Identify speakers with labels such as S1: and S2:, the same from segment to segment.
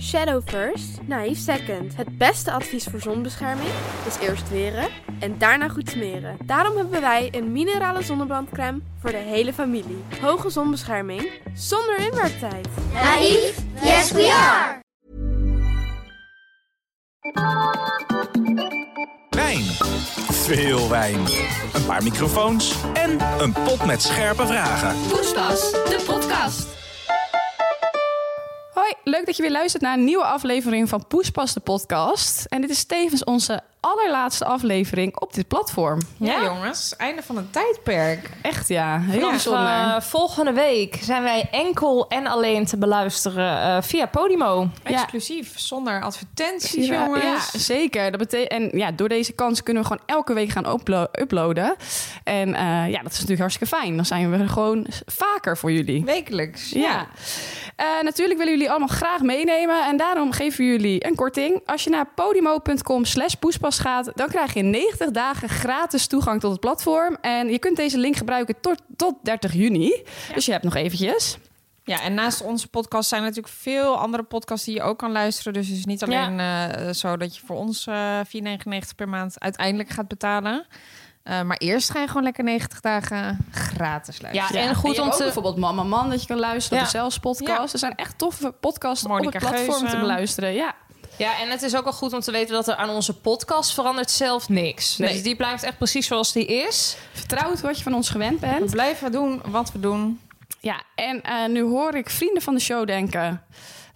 S1: Shadow first, naïef second. Het beste advies voor zonbescherming is eerst weren en daarna goed smeren. Daarom hebben wij een minerale zonnebrandcrème voor de hele familie. Hoge zonbescherming zonder inwerktijd.
S2: Naïef? Yes, we are!
S3: Wijn. Veel wijn. Een paar microfoons en een pot met scherpe vragen.
S4: Poespas, de podcast.
S5: Hoi, leuk dat je weer luistert naar een nieuwe aflevering van Poespas de podcast. En dit is tevens onze allerlaatste aflevering op dit platform.
S6: Ja, jongens, einde van een tijdperk.
S5: Echt ja, heel
S6: Ja,
S5: bijzonder.
S6: eh, volgende week zijn wij enkel en alleen te beluisteren eh, via Podimo.
S5: Ja.
S6: Exclusief, zonder advertenties,
S5: ja,
S6: jongens.
S5: ja, zeker. Dat bete- en ja, door deze kans kunnen we gewoon elke week gaan uplo- uploaden. En eh, ja, dat is natuurlijk hartstikke fijn. Dan zijn we er gewoon s- vaker voor jullie.
S6: Wekelijks.
S5: Ja. Eh, natuurlijk willen jullie allemaal graag meenemen. En daarom geven we jullie een korting. Als je naar podimo.com slash poespas gaat, dan krijg je 90 dagen gratis toegang tot het platform. En je kunt deze link gebruiken tot, tot 30 juni. Dus je hebt nog eventjes.
S7: Ja, en naast onze podcast zijn er natuurlijk veel andere podcasts die je ook kan luisteren. Dus het is niet alleen eh, zo dat je voor ons eh 4,99 per maand uiteindelijk gaat betalen. Eh, maar eerst ga je gewoon lekker 90 dagen gratis luisteren.
S6: Ja, en
S5: je
S6: goed
S5: hebt
S6: om
S5: ook
S6: te...
S5: bijvoorbeeld Mama Man, dat je kan luisteren.
S6: Ja.
S5: op De Zelfs podcast. Er zijn echt toffe podcasts op
S7: Monica
S5: het platform
S7: Geuze.
S5: te beluisteren. Ja.
S6: Ja, en het is ook wel goed om te weten dat er aan onze podcast verandert zelf niks.
S5: Nee.
S6: Dus die blijft echt precies zoals die is.
S5: Vertrouwd wat je van ons gewend
S7: We
S5: bent.
S7: blijven doen wat we doen.
S5: Ja, en eh, nu hoor ik vrienden van de show denken...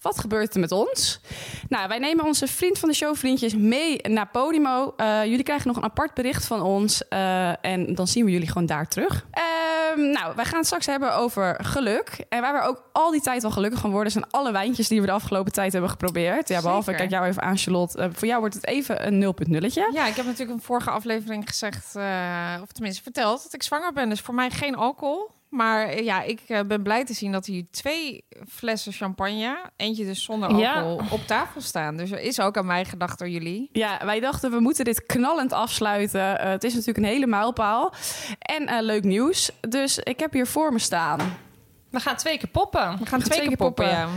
S5: wat gebeurt er met ons? Nou, wij nemen onze vriend van de show vriendjes mee naar Podimo. Eh, jullie krijgen nog een apart bericht van ons. eh, en dan zien we jullie gewoon daar terug. Ehm, nou, wij gaan het straks hebben over geluk. En waar we ook al die tijd al gelukkig van worden... zijn alle wijntjes die we de afgelopen tijd hebben geprobeerd. Ja, behalve,
S7: Zeker.
S5: kijk jou even aan, Charlotte. Eh, voor jou wordt het even een 0.0'tje.
S7: Ja, ik heb natuurlijk in vorige aflevering gezegd, eh, of tenminste verteld, dat ik zwanger ben. Dus voor mij geen alcohol. Maar eh, ja, ik eh, ben blij te zien dat hier twee flessen champagne, eentje dus zonder
S6: Ja.
S7: alcohol, op tafel staan. Dus er is ook aan mij gedacht door jullie.
S5: Ja, wij dachten we moeten dit knallend afsluiten. Eh, het is natuurlijk een hele mijlpaal. En eh, leuk nieuws. Dus ik heb hier voor me staan
S6: We gaan twee keer poppen.
S7: We gaan twee, keer poppen, ja.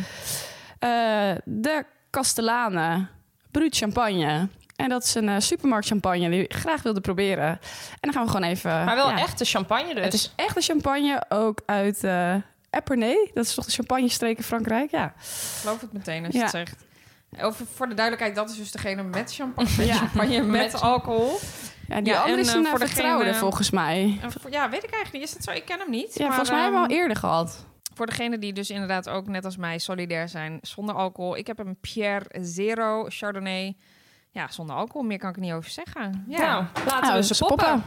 S5: eh, de Castellane Brut Champagne. En dat is een eh, supermarkt champagne die ik graag wilde proberen. En dan gaan we gewoon even...
S6: Maar wel
S5: ja.
S6: echte champagne dus.
S5: Het is echt een champagne, ook uit eh Epernay. Dat is toch de champagne-streek in Frankrijk? Ja.
S7: Ik geloof het meteen als
S5: Ja.
S7: je het zegt. Over, voor de duidelijkheid, dat is dus degene met champagne,
S5: Ja.
S7: champagne met,
S6: Met-
S7: alcohol.
S5: ja die
S7: Ja,
S5: andere
S7: en,
S5: is
S7: eh,
S5: een eh,
S7: voor degene-
S5: vertrouwde, volgens mij. Ja,
S7: En voor- ja, weet ik eigenlijk niet. Is dat zo? Ik ken hem niet. Maar,
S5: volgens mij hebben we
S7: ehm,
S5: al eerder gehad.
S7: Voor degene die dus inderdaad ook net als mij solidair zijn zonder alcohol. Ik heb een Pierre Zero Chardonnay. Ja, zonder alcohol. Meer kan ik er niet over zeggen. Ja.
S6: Nou, laten
S5: Nou,
S6: we
S5: dus
S6: ze poppen.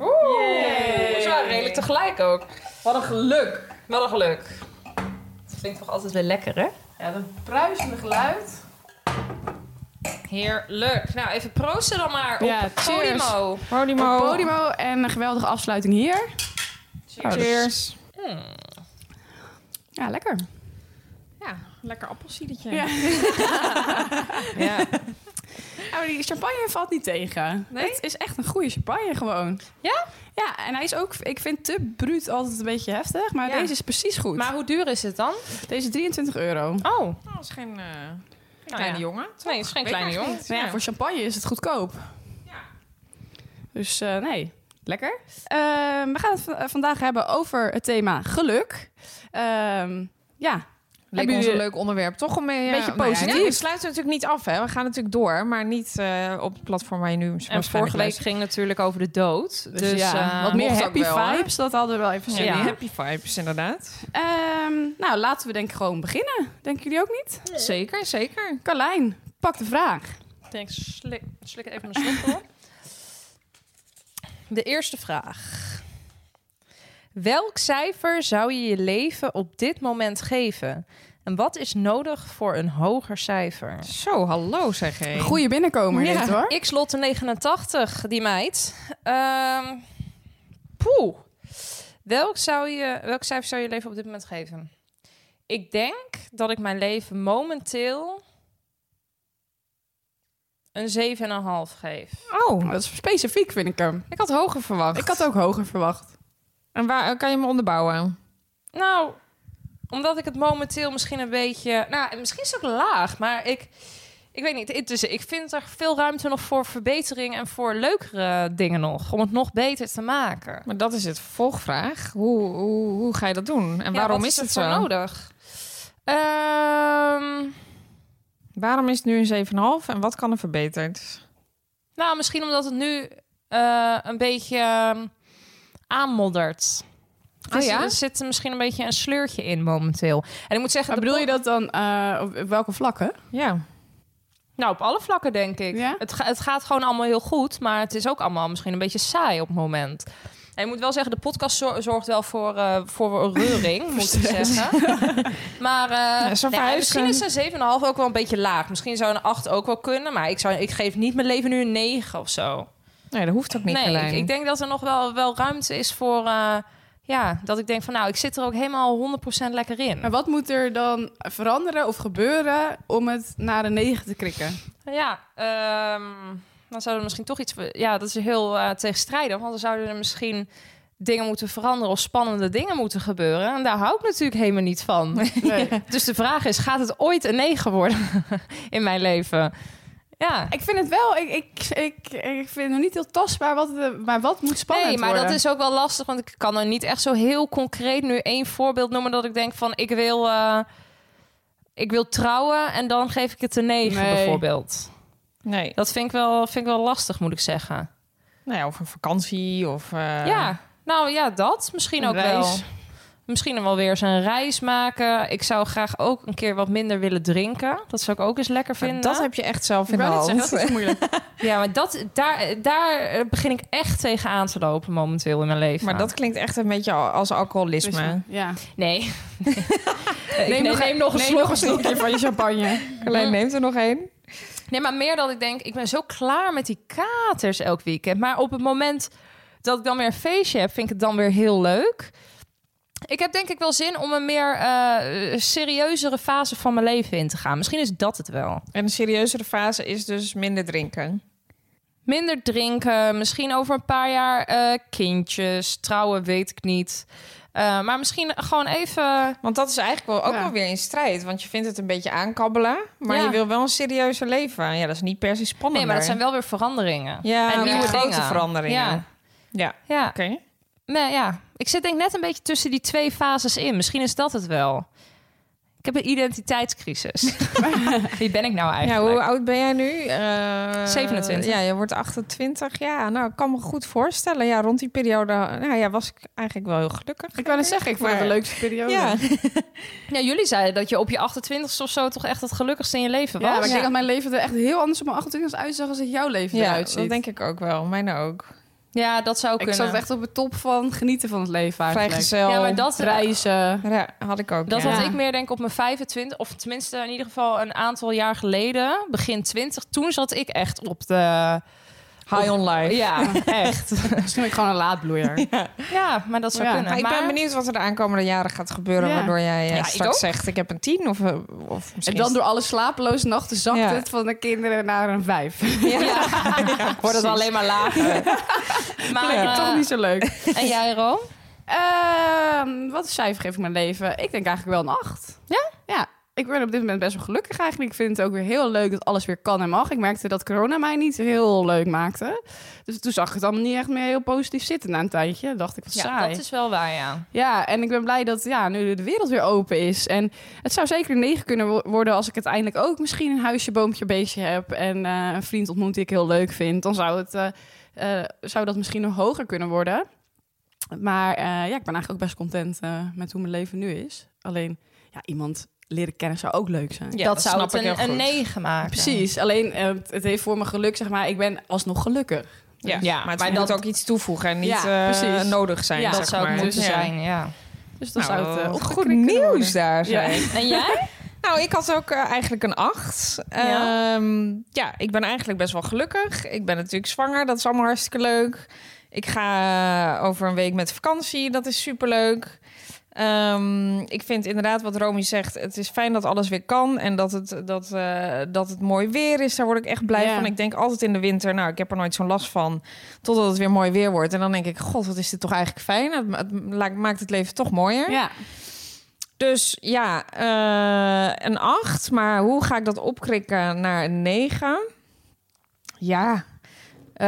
S6: Oeh, zo redelijk tegelijk ook. Wat een geluk. Wat een geluk. Het klinkt toch altijd weer lekker, hè?
S5: Ja, dat bruisende geluid.
S6: Heerlijk. Nou, even proosten dan maar op
S5: Ja, cheers.
S6: Podimo.
S7: Podimo.
S5: Podimo en een geweldige afsluiting hier.
S7: Cheers. Cheers.
S5: Hmm. Ja, lekker.
S7: Ja, lekker appelsiedertje.
S5: Ja.
S7: ja.
S5: Nou, die champagne valt niet tegen.
S7: Nee?
S5: Het is echt een goede champagne gewoon.
S6: Ja?
S5: Ja, en hij is ook... Ik vind te bruut altijd een beetje heftig. Maar
S7: Ja.
S5: deze is precies goed.
S6: Maar hoe duur is het dan?
S5: Deze is 23 euro.
S6: Oh,
S7: Nou, dat is geen, eh, geen
S6: ja.
S7: kleine jongen.
S6: nee, het is geen
S7: Weet
S6: kleine
S7: ik
S6: jongen.
S7: eigenlijk
S5: Nou ja,
S7: niet.
S5: voor champagne is het goedkoop.
S7: Ja.
S5: Dus eh, nee, lekker. Ehm, we gaan het v- eh, vandaag hebben over het thema geluk. Ehm, ja,
S7: Leek
S5: Hebben
S7: ons een
S5: jullie-
S7: leuk onderwerp. Toch om een
S5: Beetje
S7: Nou ja,
S5: positief.
S7: we sluiten natuurlijk niet af, hè. We gaan natuurlijk door, maar niet eh, op het platform waar je nu
S6: En
S7: waarschijnlijk
S6: vorige week
S7: luistert.
S6: ging het natuurlijk over de dood. Dus,
S5: dus, ja,
S6: eh,
S5: wat meer
S6: mocht ook
S5: happy
S6: wel, hè?
S5: vibes, dat hadden we wel even zin
S7: Ja,
S5: in.
S7: die happy vibes inderdaad.
S5: Ehm, nou, laten we denk ik gewoon beginnen. Denken jullie ook niet?
S7: Zeker, zeker.
S5: Carlijn, pak de vraag.
S4: Ik denk, slik, slik even een slok op. De eerste vraag.
S6: Welk cijfer zou je je leven op dit moment geven? En wat is nodig voor een hoger cijfer?
S7: Zo, hallo zeg ik.
S5: Goeie binnenkomer dit hoor.
S6: Ik slotte 89, die meid. Ehm poeh. Welk, zou je, welk cijfer zou je leven op dit moment geven? Ik denk dat ik mijn leven momenteel een 7,5 geef.
S7: Oh,
S5: Dat is specifiek vind ik hem.
S7: ik had hoger verwacht.
S5: Ik had ook hoger verwacht.
S7: En waar eh, kan je me onderbouwen?
S6: Nou, omdat ik het momenteel misschien een beetje... Nou, misschien is het ook laag, maar ik... Ik weet niet, het- dus ik vind er veel ruimte nog voor verbetering en voor leukere dingen nog. Om het nog beter te maken.
S7: Maar dat is het vervolgvraag. Hoe, hoe, hoe ga je dat doen? En
S6: Ja,
S7: waarom
S6: wat
S7: is,
S6: er
S7: het
S6: voor
S7: zo?
S6: nodig? Ehm,
S7: Waarom is het nu een 7,5 en wat kan er verbeterd?
S6: nou, misschien omdat het nu eh, een beetje ehm, aanmoddert. Het
S7: Oh
S6: is-
S7: ja?
S6: Er zit misschien een beetje een sleurtje in momenteel. En ik moet zeggen...
S5: Maar
S6: de
S5: bedoel je dat
S6: pod-
S5: dan eh, op op welke vlakken?
S7: Ja.
S6: Nou, op alle vlakken denk ik.
S5: Ja?
S6: Het, ga- het gaat gewoon allemaal heel goed, maar het is ook allemaal misschien een beetje saai op het moment. En je moet wel zeggen, de podcast zor- zorgt wel voor, eh voor reuring, moet ik zeggen. maar eh,
S7: Ja, zo
S6: nou ja,
S7: verhuizen.
S6: misschien is een 7,5 ook wel een beetje laag. Misschien zou een 8 ook wel kunnen, maar ik, zou, ik geef niet mijn leven nu een 9 of zo.
S7: Nee, dat hoeft ook niet,
S6: nee,
S7: Carlijn.
S6: ik, ik denk dat er nog wel, wel ruimte is voor... eh, ja, dat ik denk van nou, ik zit er ook helemaal 100% lekker in.
S5: Maar wat moet er dan veranderen of gebeuren om het naar een 9 te krikken?
S6: Nou Ja, ehm, dan zouden we misschien toch iets. Ja, dat is heel eh, tegenstrijdig. Want dan zouden er misschien dingen moeten veranderen of spannende dingen moeten gebeuren. En daar hou ik natuurlijk helemaal niet van.
S5: Nee.
S6: Dus de vraag is: gaat het ooit een 9 worden in mijn leven? Ja.
S5: Ik vind het wel, ik, ik, ik, ik vind het niet heel tastbaar, wat het- maar wat moet spannend
S6: nee, maar
S5: worden?
S6: dat is ook wel lastig, want ik kan er niet echt zo heel concreet nu één voorbeeld noemen dat ik denk van ik wil, eh, ik wil trouwen en dan geef ik het een 9
S5: Nee.
S6: bijvoorbeeld.
S7: Nee.
S6: Dat vind ik, wel, vind ik wel lastig, moet ik zeggen.
S7: Nou ja, of een vakantie of... eh,
S6: Ja, nou ja, dat misschien
S7: een
S6: ook wel.
S7: reis.
S6: Misschien wel weer eens een reis maken. Ik zou graag ook een keer wat minder willen drinken. Dat zou ik ook eens lekker
S7: Maar
S6: vinden.
S7: dat heb je echt zelf in
S5: Ik
S7: de
S5: wou net
S7: hand.
S5: zeggen, dat is moeilijk.
S6: Ja, maar dat, daar, daar eh, begin ik echt tegen aan te lopen momenteel in mijn leven.
S7: Maar dat klinkt echt een beetje al- als alcoholisme.
S5: Dus Ja.
S6: Nee. ik neem,
S5: nog-
S6: neem nog een
S5: neem
S6: slok.
S5: nog een
S7: slokje van je champagne. Carlijn neemt er nog één.
S6: Nee, maar meer dat ik denk, ik ben zo klaar met die katers elk weekend. Maar op het moment dat ik dan weer een feestje heb, vind ik het dan weer heel leuk. Ik heb denk ik wel zin om een meer eh, serieuzere fase van mijn leven in te gaan. Misschien is dat het wel.
S7: En een serieuzere fase is dus minder drinken.
S6: Minder drinken, misschien over een paar jaar eh, kindjes, trouwen, weet ik niet. Eh, maar misschien gewoon even...
S7: Want dat is eigenlijk wel, ook
S5: Ja.
S7: wel weer in strijd. Want je vindt het een beetje aankabbelen. Maar
S6: Ja.
S7: je wil wel een serieuzer leven. Ja, dat is niet per se spannend.
S6: Nee, maar dat zijn wel weer veranderingen.
S7: Ja,
S6: en
S7: maar
S6: nieuwe
S7: grote
S6: dingen.
S7: veranderingen.
S6: Ja,
S7: Ja,
S6: ja.
S7: oké.
S6: Nee, ja. Ik zit denk ik net een beetje tussen die twee fases in. Misschien is dat het wel. Ik heb een identiteitscrisis. Wie ben ik
S7: Ja,
S6: nou eigenlijk?
S7: hoe oud ben jij nu? Eh,
S6: 27.
S7: Ja, je wordt 28. Ja, nou, ik kan me goed voorstellen. Ja, rond die periode nou, ja, was ik eigenlijk wel heel gelukkig.
S5: Ik wou net zeggen, ik vond het de
S7: Maar-
S5: leukste periode.
S7: Ja,
S6: Ja, jullie zeiden dat je op je 28ste of zo toch echt het gelukkigste in je leven
S5: Ja,
S6: was.
S5: maar ik
S7: Ja.
S5: denk dat mijn leven er echt heel anders op mijn 28 uitzag als het jouw leven
S7: ja
S5: eruit ziet.
S7: dat denk ik ook wel. Mijn ook.
S6: Ja, dat zou
S5: ik
S6: kunnen.
S5: zat echt op de top van genieten van het leven eigenlijk.
S7: Vrijgezel.
S6: Ja, maar dat,
S5: Reizen.
S7: Ja, had ik ook.
S6: dat
S7: ja.
S6: had ik meer denk ik op mijn 25, of tenminste in ieder geval een aantal jaar geleden, begin 20. Toen zat ik echt op de...
S7: High on life.
S6: Ja, echt.
S5: Misschien ben ik gewoon een laadbloeier.
S6: Ja, maar dat zou
S5: Ja.
S6: kunnen.
S7: Maar ik ben benieuwd wat er de aankomende jaren gaat gebeuren.
S5: Ja.
S7: Waardoor jij eh,
S6: Ja, ik
S7: straks
S6: ook.
S7: zegt: ik heb een 10 of, eh, of
S5: En
S7: misschien.
S5: dan door alle slapeloze nachten zakt
S7: Ja.
S5: het van de kinderen naar een vijf.
S6: Ja. Wordt het alleen maar lager. Maar,
S5: Leuk,
S6: eh,
S5: toch niet zo leuk.
S6: En jij, Ro?
S5: Ehm, wat een cijfer geef ik mijn leven? Ik denk eigenlijk wel een acht. Ja? Ja. Ik ben op dit moment best wel gelukkig eigenlijk. Ik vind het ook weer heel leuk dat alles weer kan en mag. Ik merkte dat corona mij niet heel leuk maakte. Dus toen zag ik het allemaal niet echt meer heel positief zitten na een tijdje. Dan dacht ik, wat saai.
S6: dat is wel waar, ja.
S5: Ja, en ik ben blij dat ja, nu de wereld weer open is. En het zou zeker een negen kunnen wo- worden als ik uiteindelijk ook misschien een huisje, boompje, beestje heb. En eh, een vriend ontmoet die ik heel leuk vind. Dan zou, het, eh, eh, zou dat misschien nog hoger kunnen worden. Maar eh, ja, ik ben eigenlijk ook best content eh, met hoe mijn leven nu is. Alleen, ja, iemand leren kennen zou ook leuk zijn.
S7: Ja,
S6: dat,
S7: dat
S6: zou
S7: snap
S6: het
S7: ik
S6: een,
S7: heel
S6: een
S7: goed.
S6: 9 maken.
S5: Precies, alleen eh, het- het heeft voor mijn geluk, zeg maar, ik ben alsnog gelukkig.
S7: Ja,
S6: Ja,
S7: maar het
S6: maar
S7: moet
S6: dat-
S7: ook iets toevoegen en niet
S5: Ja,
S7: eh,
S5: precies.
S7: nodig zijn.
S5: Ja,
S6: dat
S7: zeg
S6: zou
S7: maar.
S6: het moeten
S7: Ja.
S6: zijn, ja.
S5: Dus dan
S7: Nou,
S5: zou het eh,
S7: eh,
S5: opgekrikt
S7: goed
S5: kunnen
S7: nieuws
S5: worden.
S7: daar.
S5: Ja.
S7: zeg.
S6: En jij?
S7: Nou, ik had ook eh, eigenlijk een 8.
S6: Ja.
S7: Ja. ja, ik ben eigenlijk best wel gelukkig. Ik ben natuurlijk zwanger, dat is allemaal hartstikke leuk. Ik ga eh, over een week met vakantie, dat is superleuk. Ehm ik vind inderdaad wat Romy zegt, het is fijn dat alles weer kan en dat het, dat, eh, dat het mooi weer is. Daar word ik echt blij
S5: Ja.
S7: van. Ik denk altijd in de winter, nou, ik heb er nooit zo'n last van, totdat het weer mooi weer wordt. En dan denk ik, god, wat is dit toch eigenlijk fijn. Het, ma- het maakt het leven toch mooier.
S5: Ja,
S7: Dus ja, eh, een 8. Maar hoe ga ik dat opkrikken naar een 9? Ja. eh,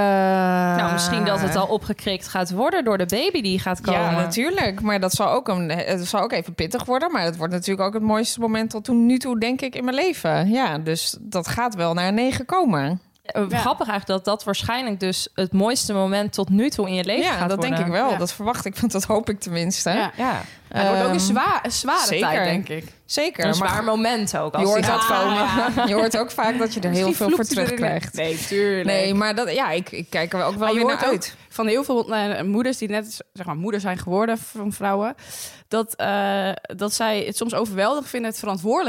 S6: nou, misschien dat het al opgekrikt gaat worden door de baby die gaat komen.
S7: Ja, natuurlijk. Maar dat zal ook, een, het zal ook even pittig worden. Maar het wordt natuurlijk ook het mooiste moment tot nu toe, denk ik, in mijn leven. Ja, dus dat gaat wel naar een 9 komen.
S6: Eh, Grappig eigenlijk dat dat waarschijnlijk dus het mooiste moment tot nu toe in je leven
S7: ja,
S6: gaat
S7: dat
S6: worden.
S7: denk ik wel.
S5: Ja.
S7: Dat verwacht ik, want dat hoop ik tenminste.
S5: Ja.
S7: ja.
S5: Maar het wordt ook een,
S7: Ehm,
S5: zwaar, een zware
S7: zeker.
S5: tijd, denk ik.
S7: Zeker.
S6: Een
S7: maar
S6: zwaar moment ook. Als
S7: je
S6: die
S7: hoort
S6: gaat
S7: dat
S6: komen.
S7: komen. Je hoort ook vaak dat je er heel veel voor terugkrijgt.
S5: Nee, tuurlijk.
S7: Nee, maar dat, ja, ik, ik kijk er ook wel
S5: Maar je
S7: weer naar
S5: hoort ook
S7: uit.
S5: van heel veel eh, moeders die net zeg maar, moeder zijn geworden van vrouwen, dat, eh, dat zij het soms overweldigend vinden het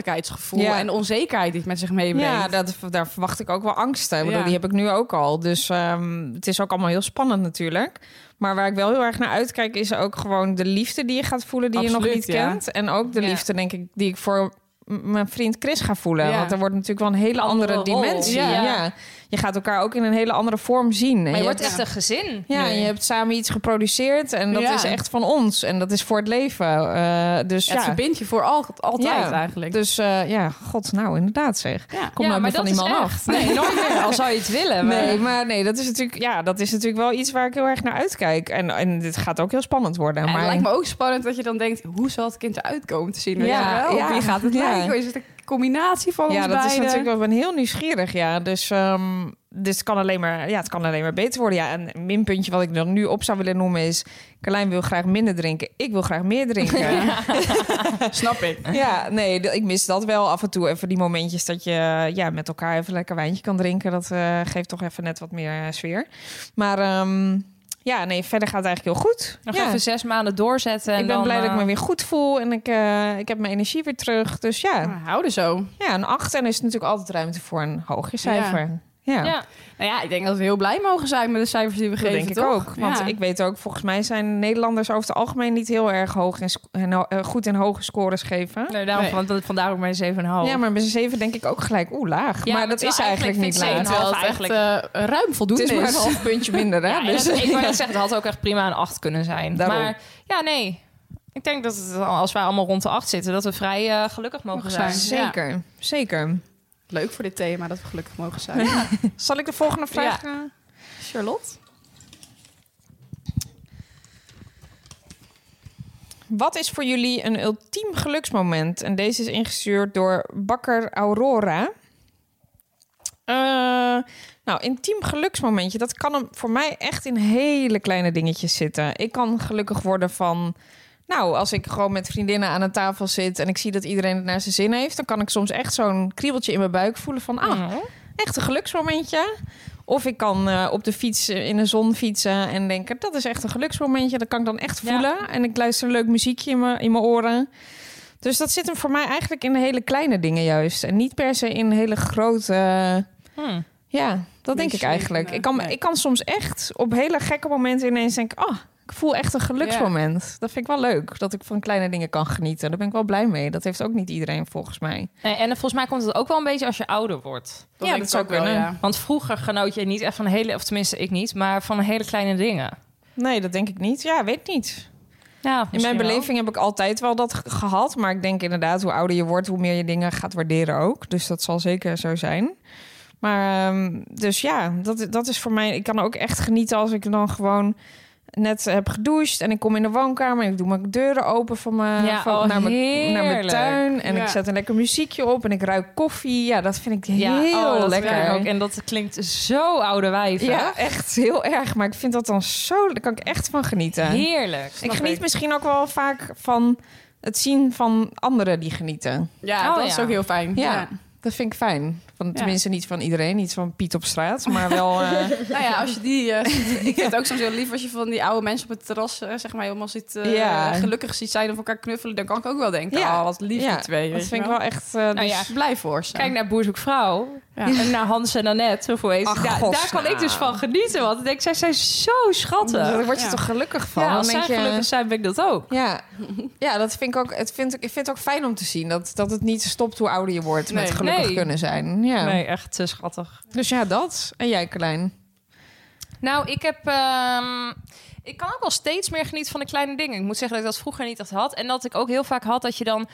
S5: verantwoordelijkheidsgevoel
S7: Ja.
S5: en de onzekerheid die het met zich meebrengt.
S7: Ja, dat, daar verwacht ik ook wel angsten. Ik bedoel,
S5: Ja.
S7: Die heb ik nu ook al. Dus ehm, het is ook allemaal heel spannend natuurlijk. Maar waar ik wel heel erg naar uitkijk... is ook gewoon de liefde die je gaat voelen... die je nog
S5: Absoluut,
S7: niet
S5: ja.
S7: kent. En ook de
S5: Ja.
S7: liefde, denk ik, die ik voor m- mijn vriend Chris ga voelen.
S5: Ja.
S7: Want er wordt natuurlijk wel een hele andere,
S6: Andere rol.
S7: dimensie. Ja.
S5: Ja.
S7: Je gaat elkaar ook in een hele andere vorm zien. En
S6: Maar je wordt
S7: hebt-
S6: echt een gezin.
S7: Ja,
S6: nu.
S7: en je hebt samen iets geproduceerd en dat
S5: Ja.
S7: is echt van ons. En dat is voor het leven. Eh, dus
S5: Ja, het
S7: ja,
S5: verbindt je voor al, altijd
S7: Ja.
S5: eigenlijk.
S7: dus eh, ja, god, nou inderdaad zeg.
S5: ja.
S7: Kom
S6: Ja,
S7: nou
S6: maar
S7: maar van
S6: dat
S7: die
S6: is
S7: man
S6: echt.
S7: af.
S6: Nee, nooit meer. Al zou je het willen.
S5: Eh,
S6: maar-
S7: Nee, maar nee, dat is natuurlijk, ja, dat is natuurlijk wel iets waar ik heel erg naar uitkijk. En, en dit gaat ook heel spannend worden.
S5: En
S7: maar
S5: het lijkt me ook spannend dat je dan denkt, hoe zal het kind eruit komen te zien? Weet
S7: Ja,
S5: je wel? Op
S7: ja.
S5: Wie gaat het
S7: Ja.
S5: lijken? Is het een combinatie van
S7: ja,
S5: ons
S7: dat is
S5: beiden?
S7: natuurlijk wel. Ik ben heel nieuwsgierig, ja. Dus, ehm, dus het, kan alleen maar, ja, het kan alleen maar beter worden. Ja, en een minpuntje wat ik nog nu op zou willen noemen is... Carlijn wil graag minder drinken. Ik wil graag meer drinken.
S5: Snap ik.
S7: Ja, nee, d- ik mis dat wel af en toe. Even die momentjes dat je ja, met elkaar even lekker wijntje kan drinken. Dat eh, geeft toch even net wat meer eh, sfeer. Maar ehm, ja, nee, verder gaat het eigenlijk heel goed.
S6: Nog
S7: ja.
S6: even zes maanden doorzetten. En
S7: ik ben
S6: dan,
S7: blij dat ik
S6: eh,
S7: me weer goed voel en ik, eh, ik heb mijn energie weer terug. Dus ja,
S5: Nou, houden zo.
S7: ja een 8 en er is natuurlijk altijd ruimte voor een hoger cijfer. Ja.
S6: Ja.
S5: Nou ja, ik denk dat we heel blij mogen zijn met de cijfers die we
S7: Dat
S5: geven,
S7: denk ik
S5: toch?
S7: ook. Want
S5: Ja.
S7: ik weet ook, volgens mij zijn Nederlanders over het algemeen niet heel erg hoog en, eh, goed en hoge scores geven.
S6: Nee, daarom,
S5: Nee.
S6: Want, vandaar ook mijn 7,5.
S7: Ja, maar bij z'n zeven denk ik ook gelijk, oeh, laag.
S6: Ja,
S7: maar
S6: maar
S7: dat
S6: terwijl
S7: is eigenlijk
S6: eigenlijk
S7: niet
S6: vind ik
S7: laag.
S6: zeven
S5: Terwijl het echt
S6: eigenlijk-
S5: eh, ruim
S7: Het
S5: voldoende
S7: is maar een
S5: is.
S7: half puntje minder, hè?
S6: Ja, en
S7: dus,
S6: dat- ik wou net zeggen, het had ook echt prima een 8 kunnen zijn.
S7: Daarom.
S6: Maar ja, nee. Ik denk dat het, als wij allemaal rond de 8 zitten, dat we vrij eh, gelukkig mogen zijn.
S5: zijn.
S7: zeker, zeker.
S5: Leuk voor dit thema dat we gelukkig mogen zijn.
S7: Zal ik de volgende vraag... eh,
S5: Charlotte?
S7: Wat is voor jullie een ultiem geluksmoment? En deze is ingestuurd door Bakker Aurora. Eh, nou, intiem geluksmomentje, dat kan hem voor mij echt in hele kleine dingetjes zitten. Ik kan gelukkig worden van. Nou, als ik gewoon met vriendinnen aan een tafel zit en ik zie dat iedereen het naar zijn zin heeft, dan kan ik soms echt zo'n kriebeltje in mijn buik voelen van, ah,
S6: Mhm.
S7: echt een geluksmomentje. Of ik kan eh, op de fiets eh, in de zon fietsen en denken: dat is echt een geluksmomentje. Dat kan ik dan echt
S6: Ja.
S7: voelen. En ik luister leuk muziekje in mijn, in mijn oren. Dus dat zit hem voor mij eigenlijk in de hele kleine dingen juist. En niet per se in hele grote. eh,
S6: Hmm.
S7: ja, dat denk ik eigenlijk. Ik kan,
S5: Nee.
S7: ik kan soms echt op hele gekke momenten ineens denken: ah, ik voel echt een geluksmoment. Dat vind ik wel leuk. Dat ik van kleine dingen kan genieten. Daar ben ik wel blij mee. Dat heeft ook niet iedereen volgens mij.
S6: Nee, En volgens mij komt het ook wel een beetje als je ouder wordt.
S5: Dat
S7: Ja,
S5: denk
S7: dat
S5: ik
S7: zou
S5: ook wel,
S7: kunnen.
S5: ja.
S6: Want vroeger genoot je niet echt van hele, of tenminste ik niet, maar van hele kleine dingen.
S7: Nee, dat denk ik niet. Ja, weet niet.
S6: Ja,
S7: In mijn
S6: misschien wel.
S7: beleving heb ik altijd wel dat ge- gehad. Maar ik denk inderdaad, hoe ouder je wordt, hoe meer je dingen gaat waarderen ook. Dus dat zal zeker zo zijn. Maar ehm, dus ja, dat, dat is voor mij. Ik kan ook echt genieten als ik dan gewoon net heb gedoucht. En ik kom in de woonkamer en ik doe mijn deuren open van mijn,
S6: Ja,
S7: van-
S6: oh,
S7: naar, mijn, naar mijn
S6: heerlijk.
S7: tuin. En
S5: Ja.
S7: ik zet een lekker muziekje op en ik ruik koffie. Ja, dat vind ik
S6: Ja,
S7: heel
S6: oh, dat
S7: lekker.
S6: vind ik ook. En dat klinkt zo ouderwijs.
S7: Ja, echt heel erg. Maar ik vind dat dan zo. Daar kan ik echt van genieten.
S6: Heerlijk.
S7: Ik geniet misschien ook wel vaak van het zien van anderen die genieten.
S5: Ja,
S6: Oh,
S5: dat is
S6: ja.
S5: ook heel fijn.
S7: Ja, dat vind ik fijn. Van, Tenminste, niet van iedereen, niet van Piet op straat, maar wel. eh,
S5: Nou ja, als je die... eh, ziet- ik vind het ook soms heel lief als je van die oude mensen op het terras... eh, zeg maar helemaal ziet, eh,
S7: Ja.
S5: gelukkig ziet zijn of elkaar knuffelen. Dan kan ik ook wel denken,
S7: Ja.
S5: oh, wat lief
S7: ja,
S5: die twee.
S7: Dat
S5: weet
S7: vind
S5: je
S7: ik wel echt. eh,
S6: Nou
S7: dus-
S6: ja,
S5: Blij voor ze.
S6: Kijk naar Boer Zoekt Vrouw.
S5: Ja.
S6: En naar Hans en Annette. Of hoe heet ze?
S7: Ach,
S6: daar,
S7: God.
S6: daar kan ik dus van genieten. Want ik denk, zij zijn zo
S7: Daar
S6: schattig.
S7: word je
S5: eh, Ja.
S7: toch gelukkig van?
S6: Ja,
S7: Dan
S6: als zij
S7: denk je-
S6: gelukkig zijn, ben ik dat ook.
S7: Ja. ja, dat vind ik ook. Het vind, ik ik vind het ook fijn om te zien dat, dat het niet stopt hoe ouder je wordt met
S5: Nee.
S7: gelukkig
S6: Nee.
S7: kunnen zijn. Ja.
S6: Nee, echt te schattig.
S7: Dus ja, dat. En jij, Klein.
S6: Nou, ik heb... ehm, Ik kan ook wel steeds meer genieten van de kleine dingen. Ik moet zeggen dat ik dat vroeger niet echt had. En dat ik ook heel vaak had dat je dan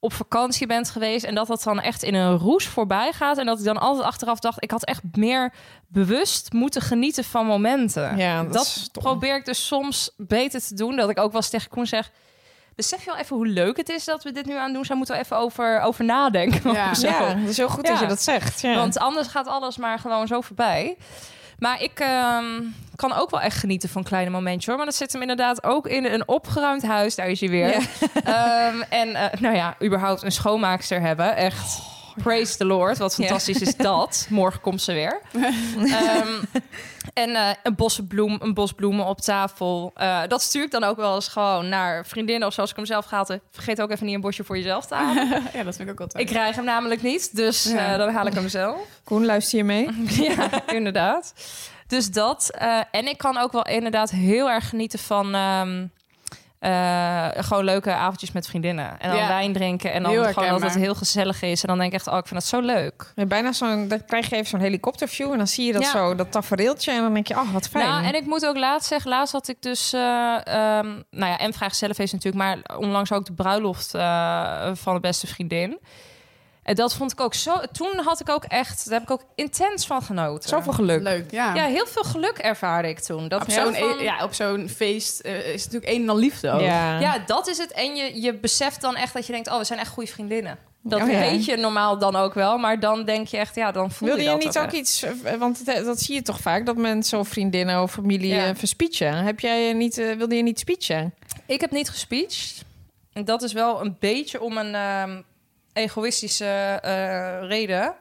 S6: op vakantie bent geweest en dat dat dan echt in een roes voorbij gaat. En dat ik dan altijd achteraf dacht, ik had echt meer bewust moeten genieten van momenten.
S7: Ja, dat
S6: dat
S7: is stom.
S6: probeer ik dus soms beter te doen. Dat ik ook wel eens tegen Koen zeg, besef je wel even hoe leuk het is dat we dit nu aan het doen zijn? Moeten we even over, over nadenken
S5: Ja.
S6: of zo.
S7: Ja, dat is heel goed dat
S6: Ja.
S7: je dat zegt. Ja.
S6: Want anders gaat alles maar gewoon zo voorbij. Maar ik ehm, kan ook wel echt genieten van kleine momentjes hoor. Maar dat zit hem inderdaad ook in een opgeruimd huis. Daar is hij weer. Ehm, en eh, nou ja, überhaupt een schoonmaakster hebben. Echt. Praise the Lord. Wat fantastisch is dat. Morgen komt ze weer. Ehm, en eh, een bossenbloem, een bos bloemen op tafel. Eh, dat stuur ik dan ook wel eens gewoon naar vriendinnen. Of zoals ik hem zelf gehaald heb. Vergeet ook even niet een bosje voor jezelf te halen.
S5: Ja, dat vind ik ook altijd.
S6: Ik krijg hem namelijk niet. Dus eh,
S5: Ja.
S6: dan haal ik hem zelf.
S7: Koen, luister je mee?
S6: Ja, inderdaad. Dus dat. eh, en ik kan ook wel inderdaad heel erg genieten van ehm, eh, gewoon leuke avondjes met vriendinnen. En dan
S5: Ja.
S6: wijn drinken. En dan
S5: Heel
S6: gewoon dat het
S5: herkenbaar.
S6: heel gezellig is. En dan denk ik echt, oh, ik vind dat zo leuk.
S7: Ja, bijna zo'n, dan krijg je even zo'n helikopterview en dan zie je dat
S6: Ja.
S7: zo, dat tafereeltje. En dan denk je, oh, wat fijn.
S6: Nou, en ik moet ook laatst zeggen, laatst had ik dus, eh, ehm, nou ja, en vraag zelf is natuurlijk, maar onlangs ook de bruiloft eh, van de beste vriendin. En dat vond ik ook zo, toen had ik ook echt, daar heb ik ook intens van genoten.
S7: Zoveel geluk.
S5: Leuk, ja.
S6: Ja, heel veel geluk ervaarde ik toen. Dat
S5: op
S6: was
S5: zo'n
S6: van-
S5: e- ja, op zo'n feest eh, is het natuurlijk een en al liefde ook.
S7: Ja.
S6: Ja, dat is het. En je, je beseft dan echt dat je denkt... oh, we zijn echt goede vriendinnen. Dat
S7: Oh ja.
S6: weet je normaal dan ook wel. Maar dan denk je echt... ja, dan voel
S7: Wilde je,
S6: dat
S7: niet
S6: ook
S7: ook
S6: echt.
S7: iets, eh, want dat, dat zie je toch vaak, dat mensen of vriendinnen of familie
S6: Ja.
S7: eh, verspeechen. Heb jij eh, niet, eh, wilde je niet speechen?
S6: Ik heb niet gespeeched. En dat is wel een beetje om een ehm, egoïstische eh, reden.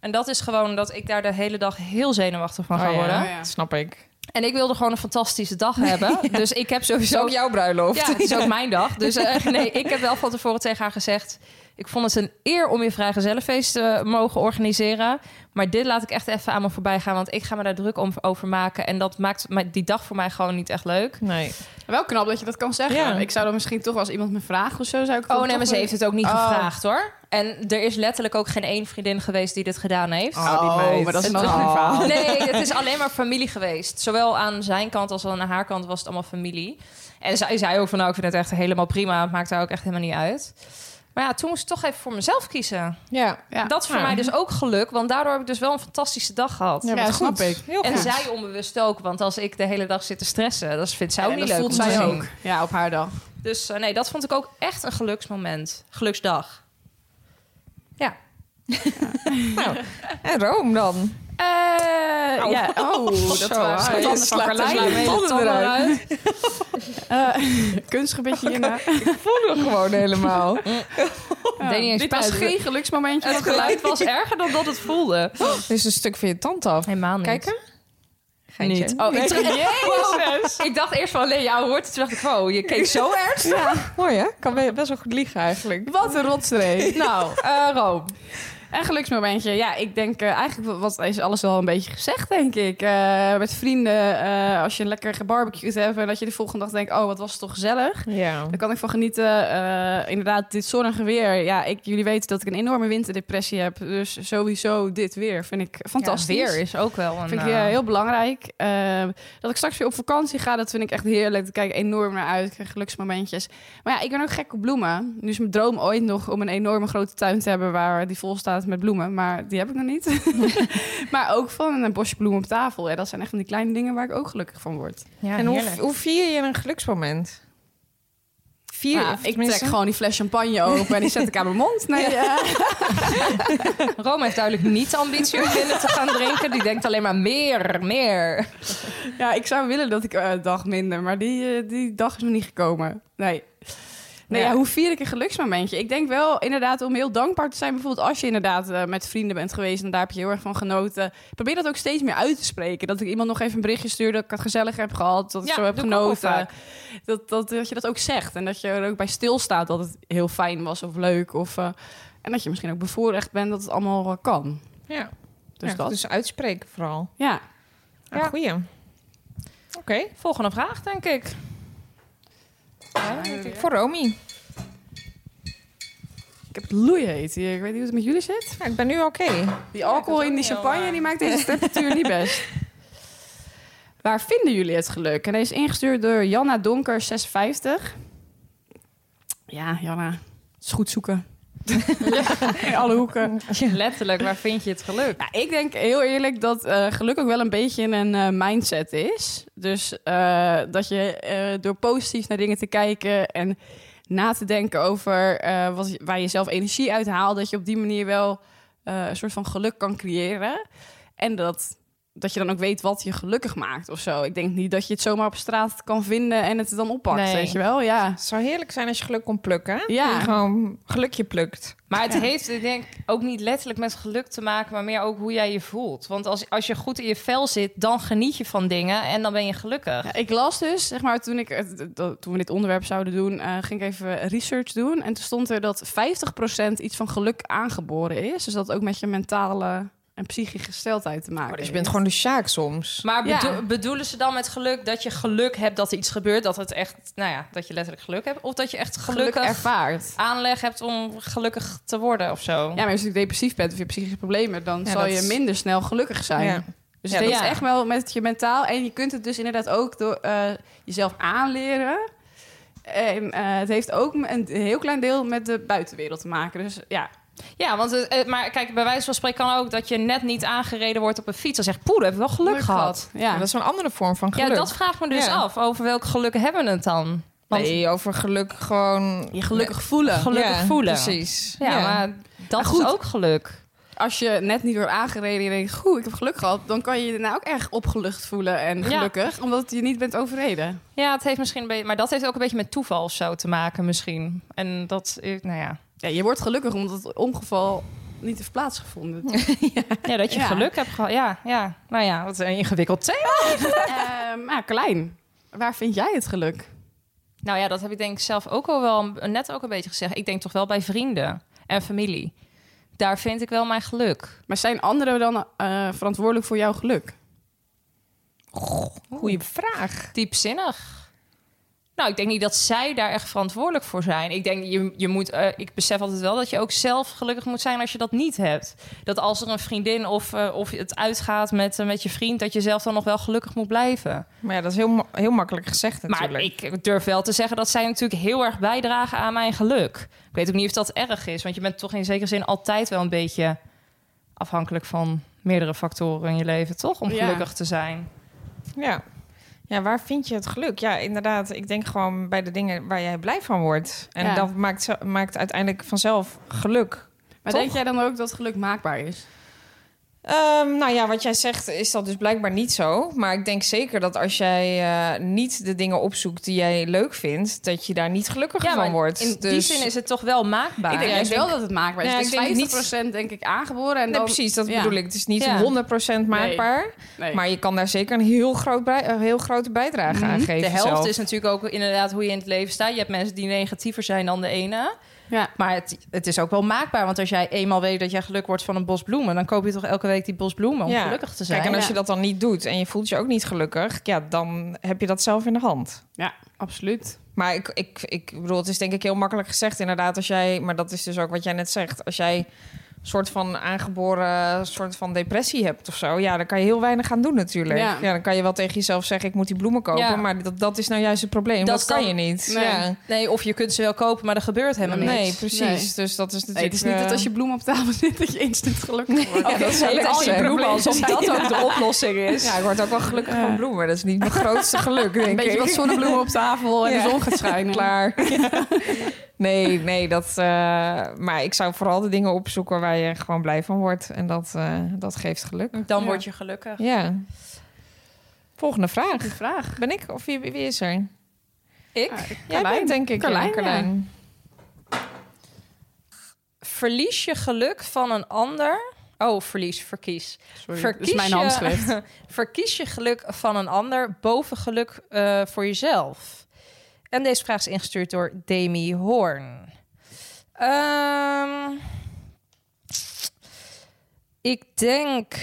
S6: En dat is gewoon dat ik daar de hele dag heel zenuwachtig van ga
S7: Oh ja,
S6: worden.
S5: Oh ja.
S7: dat snap ik.
S6: En ik wilde gewoon een fantastische dag hebben. Dus ik heb
S7: Is
S6: sowieso...
S7: ook jouw bruiloft.
S6: Ja, het is ook mijn dag. Dus eh, nee, ik heb wel van tevoren tegen haar gezegd... ik vond het een eer om je vrijgezellenfeest te mogen organiseren. Maar dit laat ik echt even aan me voorbij gaan... want ik ga me daar druk om, over maken. En dat maakt mij- die dag voor mij gewoon niet echt leuk.
S7: Nee.
S5: Wel knap dat je dat kan zeggen.
S7: Ja.
S5: Ik zou dan misschien toch als iemand me vraagt of zo, zou ik
S6: Oh
S5: dan
S6: nee,
S5: toch
S6: maar ze
S5: wel-
S6: heeft het ook niet
S5: Oh.
S6: gevraagd hoor. En er is letterlijk ook geen één vriendin geweest die dit gedaan heeft.
S5: Oh, maar dat is een
S7: Oh,
S5: ander verhaal.
S6: Nee, het is alleen maar familie geweest. Zowel aan zijn kant als aan haar kant was het allemaal familie. En zij zei ook van nou, ik vind het echt helemaal prima. Het maakt daar ook echt helemaal niet uit. Maar ja, toen moest ik toch even voor mezelf kiezen.
S7: Ja.
S5: Ja.
S6: Dat is voor
S7: Ja.
S6: mij dus ook geluk, want daardoor heb ik dus wel een fantastische dag gehad.
S7: Ja,
S5: Ja,
S7: wat
S5: snap
S7: goed.
S5: ik.
S7: Heel
S6: en
S7: goed.
S6: zij onbewust ook, want als ik de hele dag zit te stressen, dat vindt zij ook
S5: En
S6: niet
S5: dat
S6: leuk.
S5: voelt
S6: om te
S5: zij
S6: zien.
S5: ook. Ja, op haar dag.
S6: Dus eh, nee, dat vond ik ook echt een geluksmoment. Geluksdag. Ja.
S7: En Rome dan?
S5: Eh, ja, oh, dat
S7: Zo,
S5: was
S7: hij slaat
S5: Tanden slaat
S7: er
S5: de
S7: zijn
S5: lijn
S7: hele
S5: helemaal
S7: tanden
S5: eruit. Eh, Kunstgebitje hierna.
S7: Voelde gewoon helemaal.
S5: Ja,
S6: Deed niet eens
S5: dit was
S6: pijn.
S5: geen geluksmomentje.
S6: Het geluid was erger dan dat het voelde.
S7: Dus een stuk van je tand af.
S6: Helemaal niet.
S7: Kijken?
S6: Niet. Oh, ik, ik dacht eerst van alleen jou hoort. Toen dacht ik, wow, je keek zo erg.
S7: Mooi hè? Kan be- best wel goed liegen eigenlijk.
S5: Eh, Wat een rotstreek.
S6: Nou, eh Room.
S5: Een geluksmomentje. Ja, ik denk eh, eigenlijk wat is alles wel een beetje gezegd, denk ik. Eh, met vrienden, eh, als je lekker gebarbecued hebt en dat je de volgende dag denkt, oh, wat was het toch gezellig.
S7: Ja.
S5: Daar kan ik van genieten. Eh, inderdaad, dit zonnige weer. Ja, ik, jullie weten dat ik een enorme winterdepressie heb. Dus sowieso dit weer vind ik fantastisch.
S6: weer is ook wel een...
S5: Vind ik eh, heel belangrijk. Ehm, dat ik straks weer op vakantie ga, dat vind ik echt heerlijk. Daar kijk ik enorm naar uit. Ik krijg geluksmomentjes. Maar ja, ik ben ook gek op bloemen. Nu is mijn droom ooit nog om een enorme grote tuin te hebben... waar die vol staat met bloemen. Maar die heb ik nog niet. maar ook van een bosje bloemen op tafel. Ja, dat zijn echt van die kleine dingen waar ik ook gelukkig van word.
S7: en hoe, hoe vier je een geluksmoment? Vier,
S5: Ja,
S7: of
S5: Ah, ik trek
S7: tenminste-
S5: gewoon die fles champagne open en die zet ik aan mijn mond. Nee, eh, ja.
S6: Rome heeft duidelijk niet de ambitie om binnen te gaan drinken. Die denkt alleen maar meer, meer.
S5: ja, ik zou willen dat ik eh, een dag minder, maar die, eh, die dag is nog niet gekomen. Nee. Nee, ja.
S6: Ja.
S5: hoe vier ik een geluksmomentje? Ik denk wel inderdaad om heel dankbaar te zijn. Bijvoorbeeld als je inderdaad eh, met vrienden bent geweest en daar heb je heel erg van genoten. Probeer dat ook steeds meer uit te spreken. Dat ik iemand nog even een berichtje stuur dat ik het gezellig heb gehad. Dat ik
S6: Ja,
S5: zo heb
S6: doe ik ook wel
S5: genoten.
S6: vaak.
S5: Dat, dat, dat je dat ook zegt. En dat je er ook bij stilstaat dat het heel fijn was of leuk. Of, eh, en dat je misschien ook bevoorrecht bent dat het allemaal eh, kan.
S7: Ja.
S5: Dus
S7: Ja,
S5: dat.
S7: dus uitspreken vooral.
S5: Ja.
S7: Ja.
S6: Ja.
S7: goeie. Oké.
S6: Volgende vraag, denk ik.
S7: Voor Romy.
S5: Ik heb het loeiheet hier. Ik weet niet hoe het met jullie zit.
S7: Ja, ik ben nu oké.
S5: Die alcohol
S6: Ja, ik
S5: in die
S6: was ook niet heel,
S5: champagne,
S6: eh,
S5: die maakt deze temperatuur niet best. Waar vinden jullie het geluk? En hij is ingestuurd door Janna Donker, 56. Ja, Janna, het is goed zoeken. In alle hoeken.
S6: Letterlijk, waar vind je het geluk?
S5: Ja, ik denk heel eerlijk dat eh, geluk ook wel een beetje een eh, mindset is. Dus eh, dat je eh, door positief naar dingen te kijken en na te denken over eh, wat, waar je zelf energie uit haalt, dat je op die manier wel eh, een soort van geluk kan creëren. En dat, dat je dan ook weet wat je gelukkig maakt of zo. Ik denk niet dat je het zomaar op straat kan vinden en het dan oppakt,
S7: Nee.
S5: weet je wel? Ja.
S7: Het zou heerlijk zijn als je geluk kon plukken. hè?
S5: Ja.
S7: Dat je gewoon gelukje plukt.
S6: Maar het heeft, ik denk, ook niet letterlijk met geluk te maken, maar meer ook hoe jij je voelt. Want als, als je goed in je vel zit, dan geniet je van dingen en dan ben je gelukkig.
S5: Ja, ik las dus, zeg maar, toen, ik, het- dat- toen we dit onderwerp zouden doen, eh, ging ik even research doen. En toen stond er dat 50% iets van geluk aangeboren is. Dus dat ook met je mentale en psychische gesteldheid te maken
S7: Oh, dus je
S5: heeft.
S7: bent gewoon de Sjaak soms.
S6: Maar
S5: Ja.
S6: bedo- bedoelen ze dan met geluk dat je geluk hebt dat er iets gebeurt? Dat het echt, nou ja, dat je letterlijk geluk hebt? Of dat je echt gelukkig
S5: geluk ervaart.
S6: aanleg hebt om gelukkig te worden of zo?
S5: Ja, maar als je depressief bent of je hebt psychische problemen, dan
S7: Ja,
S5: zal
S7: dat
S5: je
S7: is-
S5: minder snel gelukkig zijn.
S7: Ja.
S5: Dus
S6: Ja,
S5: het
S6: dat-
S5: heeft echt wel met je mentaal. En je kunt het dus inderdaad ook door eh, jezelf aanleren. En eh, het heeft ook een heel klein deel met de buitenwereld te maken. Dus ja,
S6: Ja, want het- eh, maar kijk, bij wijze van spreken kan ook dat je net niet aangereden wordt op een fiets. Dan zegt, poeh, daar heb ik wel geluk, gehad.
S5: Ja.
S7: Dat is zo'n andere vorm van geluk.
S6: Ja, dat vraagt me dus
S7: Ja.
S6: af. Over welk geluk hebben we het dan? Want
S7: Nee, over geluk gewoon...
S5: Je gelukkig voelen.
S6: gelukkig
S7: Ja,
S6: voelen.
S7: Precies.
S6: Ja, maar dat
S5: Maar goed.
S6: is ook geluk.
S5: als je net niet wordt aangereden en je denkt, goh, ik heb geluk gehad, dan kan je je daarna ook erg opgelucht voelen en
S6: Ja.
S5: gelukkig, omdat je niet bent overreden.
S6: Ja, het heeft misschien een beetje, maar dat heeft ook een beetje met toeval of zo te maken misschien. En dat, eh, nou ja,
S5: Ja, je wordt gelukkig omdat het ongeval niet heeft plaatsgevonden.
S6: ja dat je
S5: Ja.
S6: geluk hebt gehad. Ja, ja, nou ja, wat een ingewikkeld thema.
S5: Eh, maar klein, waar vind jij het geluk?
S6: Nou ja, dat heb ik denk ik zelf ook al wel net ook een beetje gezegd. Ik denk toch wel bij vrienden en familie. Daar vind ik wel mijn geluk.
S5: Maar zijn anderen dan eh, verantwoordelijk voor jouw geluk?
S7: Goeie vraag.
S6: Diepzinnig. Nou, ik denk niet dat zij daar echt verantwoordelijk voor zijn. Ik denk, je, je moet, eh, ik besef altijd wel dat je ook zelf gelukkig moet zijn als je dat niet hebt. Dat als er een vriendin of, eh, of het uitgaat met, eh, met je vriend, dat je zelf dan nog wel gelukkig moet blijven.
S7: Maar ja, dat is heel, ma- heel makkelijk gezegd natuurlijk.
S6: Maar ik durf wel te zeggen dat zij natuurlijk heel erg bijdragen aan mijn geluk. Ik weet ook niet of dat erg is, want je bent toch in zekere zin altijd wel een beetje afhankelijk van meerdere factoren in je leven, toch? Om
S5: Ja.
S6: gelukkig te zijn.
S7: Ja. ja, waar vind je het geluk? Ja, inderdaad. Ik denk gewoon bij de dingen waar jij blij van wordt. En
S5: Ja.
S7: dat maakt, zo- maakt uiteindelijk vanzelf geluk.
S5: Maar
S7: Toch?
S5: denk jij dan ook dat geluk maakbaar is?
S7: Ehm, nou ja, wat jij zegt is dat dus blijkbaar niet zo. Maar ik denk zeker dat als jij eh, niet de dingen opzoekt die jij leuk vindt, dat je daar niet gelukkiger van wordt.
S6: in die
S7: Dus-
S6: zin is het toch wel maakbaar.
S5: Ik denk
S7: ja,
S5: juist
S7: ik
S5: wel dat het maakbaar is.
S7: Ja,
S5: Het
S7: ik
S5: is
S7: denk niet-
S5: 50% denk ik aangeboren en
S7: Nee,
S5: dan...
S7: precies, dat
S5: ja.
S7: bedoel ik. Het is niet
S6: Ja.
S7: 100% maakbaar.
S5: Nee.
S7: Maar je kan daar zeker een heel, groot bij- een heel grote bijdrage aan geven.
S6: Mhm. de helft
S7: zelf.
S6: is natuurlijk ook inderdaad hoe je in het leven staat. Je hebt mensen die negatiever zijn dan de ene.
S5: Ja.
S6: Maar het, het is ook wel maakbaar. Want als jij eenmaal weet dat jij geluk wordt van een bos bloemen... dan koop je toch elke week die bos bloemen om
S7: Ja.
S6: gelukkig te zijn.
S7: Kijk, en als
S5: Ja.
S7: je dat dan niet doet en je voelt je ook niet gelukkig, ja, dan heb je dat zelf in de hand.
S5: ja, absoluut.
S7: Maar ik, ik, ik bedoel, het is denk ik heel makkelijk gezegd, inderdaad, als jij, maar dat is dus ook wat jij net zegt, als jij een soort van aangeboren soort van depressie hebt of zo, ja, dan kan je heel weinig aan doen natuurlijk.
S5: Ja.
S7: Ja, dan kan je wel tegen jezelf zeggen, ik moet die bloemen kopen,
S6: Ja.
S7: maar dat, dat is nou juist het probleem.
S6: Dat
S7: Dat, kan
S6: kan-
S7: je niet.
S5: Nee.
S7: Ja.
S6: Nee, of je kunt ze wel kopen, maar er gebeurt helemaal niks.
S7: Nee, precies.
S5: Nee.
S7: Dus dat is natuurlijk.
S5: Nee,
S7: eh,
S5: het is niet dat als je bloem op tafel zit dat je instant gelukkig wordt.
S7: dat zou ik
S6: al je
S7: zeggen.
S6: bloemen alsof dat ook de oplossing
S7: eh,
S6: is.
S7: Ja, ik word ook wel gelukkig van bloemen. Dat is niet mijn grootste geluk, denk
S5: Een beetje
S7: ik.
S5: wat zonnebloemen op tafel en
S7: Ja.
S5: de zon gaat schijnen.
S7: klaar. nee, nee, dat. eh, maar ik zou vooral de dingen opzoeken waar je gewoon blij van wordt. En dat, eh, dat geeft geluk.
S6: Dan word je gelukkig.
S7: Ja. Volgende vraag.
S5: Vraag.
S7: Ben ik of wie, wie is er?
S6: Ik
S7: Jij
S5: Carlijn.
S7: bent denk ik. ja,
S5: Carlijn, ja.
S7: Carlijn.
S6: verlies je geluk van een ander. Oh, verlies, verkies.
S5: Sorry,
S6: Verkies
S5: dat is mijn
S6: je-
S5: handschrift.
S6: Verkies je geluk van een ander boven geluk eh, voor jezelf. En deze vraag is ingestuurd door Demi Hoorn. Ehm, ik denk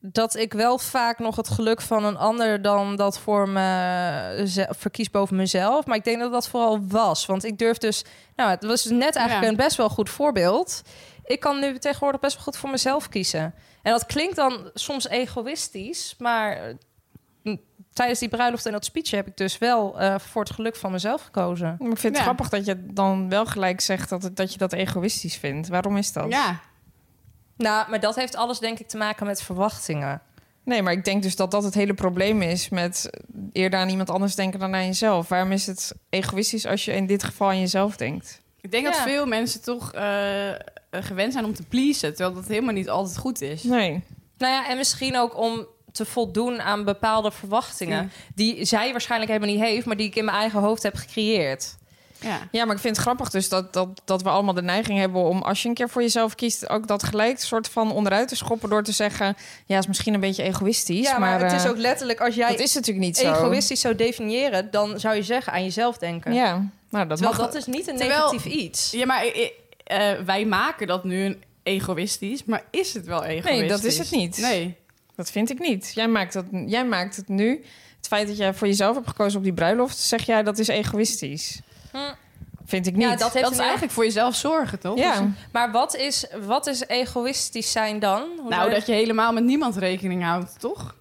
S6: dat ik wel vaak nog het geluk van een ander dan dat voor me verkies boven mezelf. Maar ik denk dat dat vooral was. Want ik durf dus. Nou, het was net eigenlijk
S5: Ja.
S6: een best wel goed voorbeeld. Ik kan nu tegenwoordig best wel goed voor mezelf kiezen. En dat klinkt dan soms egoïstisch, maar eh, tijdens die bruiloft en dat speech heb ik dus wel eh, voor het geluk van mezelf gekozen.
S7: Maar Ik vind het
S5: Ja.
S7: grappig dat je dan wel gelijk zegt dat, het- dat je dat egoïstisch vindt. Waarom is dat?
S5: Ja.
S6: Nou, maar dat heeft alles denk ik te maken met verwachtingen.
S7: Nee, maar ik denk dus dat dat het hele probleem is met eerder aan iemand anders denken dan aan jezelf. Waarom is het egoïstisch als je in dit geval aan jezelf denkt?
S5: Ik denk dat
S6: Ja.
S5: veel mensen toch eh, eh, gewend zijn om te pleasen, terwijl dat helemaal niet altijd goed is.
S7: Nee.
S6: Nou ja, en misschien ook om te voldoen aan bepaalde verwachtingen.
S5: Mm.
S6: Die zij waarschijnlijk helemaal niet heeft, maar die ik in mijn eigen hoofd heb gecreëerd.
S5: Ja.
S7: Ja, maar ik vind het grappig dus dat, dat, dat we allemaal de neiging hebben om... als je een keer voor jezelf kiest, ook dat gelijk soort van onderuit te schoppen... door te zeggen, ja, is misschien een beetje egoïstisch,
S6: ja, maar, het is
S7: eh,
S6: ook letterlijk, als
S7: dat
S6: jij
S7: is natuurlijk niet zo.
S6: egoïstisch zou definiëren, dan zou je zeggen aan jezelf denken.
S7: Ja, nou, dat
S6: Terwijl
S7: mag.
S6: dat is niet een
S5: Terwijl-
S6: negatief iets.
S5: Ja, maar eh, eh, wij maken dat nu een egoïstisch, maar is het wel egoïstisch?
S7: dat is het niet.
S5: Nee.
S7: Dat vind ik niet. Jij maakt, dat, jij maakt het nu. Het feit dat jij voor jezelf hebt gekozen op die bruiloft, zeg jij dat is egoïstisch.
S6: Hm.
S7: Vind ik niet.
S6: Ja, dat heeft
S5: Dat is
S6: een-
S5: eigenlijk voor jezelf zorgen, toch?
S7: Ja.
S5: Dus-
S6: Maar wat is, wat is egoïstisch zijn dan? Hoe zou
S5: nou, dat je helemaal met niemand rekening houdt, toch?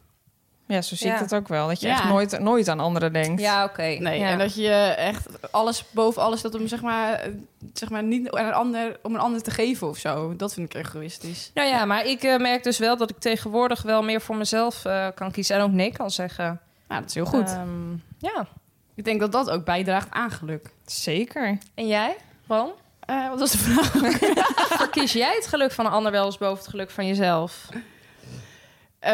S7: ja, zo zie
S6: Ja.
S7: ik dat ook wel. Dat je
S5: Ja.
S7: echt nooit, nooit aan anderen denkt.
S6: Ja, oké.
S5: Nee,
S6: Ja.
S5: en dat je echt alles boven alles dat om zeg maar, eh, zeg maar niet aan een ander om een ander te geven of zo. Dat vind ik egoïstisch.
S6: Nou ja, maar ik eh, merk dus wel dat ik tegenwoordig wel meer voor mezelf eh, kan kiezen en ook nee kan zeggen.
S5: Nou, dat is heel goed.
S6: Ehm, ja.
S5: ik denk dat dat ook bijdraagt aan geluk.
S7: Zeker.
S6: En jij, Ron?
S5: Eh, wat was de vraag?
S6: Verkies jij het geluk van een ander wel eens boven het geluk van jezelf?
S5: Eh,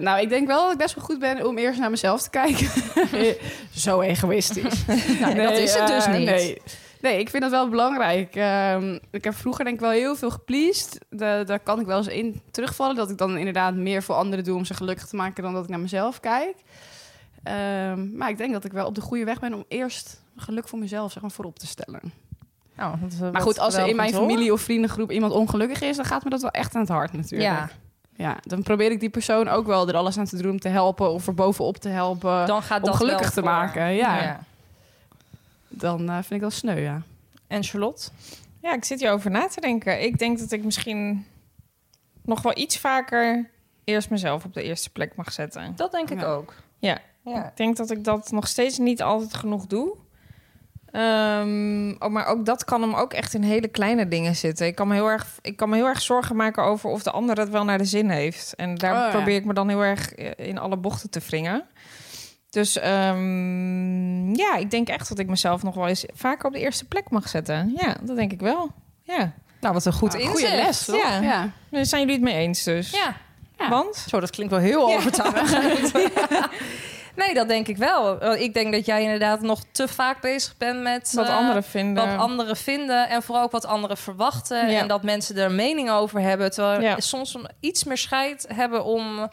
S5: nou, ik denk wel dat ik best wel goed ben om eerst naar mezelf te kijken. Zo egoïstisch.
S6: Nee, dat is het dus
S5: eh,
S6: niet.
S5: Nee. Nee, ik vind dat wel belangrijk. Ehm, ik heb vroeger denk ik wel heel veel gepleased. Da- daar kan ik wel eens in terugvallen. Dat ik dan inderdaad meer voor anderen doe om ze gelukkig te maken... dan dat ik naar mezelf kijk. Ehm, maar ik denk dat ik wel op de goede weg ben om eerst geluk voor mezelf zeg maar, voorop te stellen.
S6: Nou, dat, eh,
S5: maar
S6: wat
S5: goed, als er
S6: wel
S5: in mijn
S6: goed hoor.
S5: familie of vriendengroep iemand ongelukkig is... dan gaat me dat wel echt aan het hart natuurlijk.
S6: Ja,
S5: Ja, dan probeer ik die persoon ook wel er alles aan te doen om te helpen of er bovenop te helpen.
S6: dan gaat
S5: om
S6: dat
S5: gelukkig
S6: wel
S5: te
S6: voor.
S5: maken. Ja, dan eh, vind ik dat sneu, ja.
S6: En Charlotte?
S7: Ja, ik zit hierover na te denken. Ik denk dat ik misschien nog wel iets vaker eerst mezelf op de eerste plek mag zetten.
S6: Dat denk ik
S5: Ja.
S6: ook.
S7: Ja.
S6: ja.
S7: Ik denk dat ik dat nog steeds niet altijd genoeg doe. Ehm, oh, maar ook dat kan hem ook echt in hele kleine dingen zitten. Ik kan me heel erg, ik kan me heel erg zorgen maken over of de ander het wel naar de zin heeft. En daar
S5: Oh, ja.
S7: probeer ik me dan heel erg eh, in alle bochten te wringen. Dus ehm, ja, ik denk echt dat ik mezelf nog wel eens vaker op de eerste plek mag zetten. Ja, dat denk ik wel. Ja.
S6: Nou, wat een goed
S5: Ah,
S6: inzicht.
S5: goede les, toch?
S7: Ja. Daar zijn jullie het mee eens dus.
S6: Ja.
S5: Ja.
S7: Want?
S6: Zo, dat klinkt wel heel overtuigend. Ja. Nee, dat denk ik wel. Eh, Ik denk dat jij inderdaad nog te vaak bezig bent met...
S7: Wat
S6: eh,
S7: anderen vinden.
S6: wat anderen vinden en vooral ook wat anderen verwachten.
S7: Ja.
S6: En dat mensen er een mening over hebben. Terwijl
S7: Ja.
S6: er soms om- iets meer scheid hebben om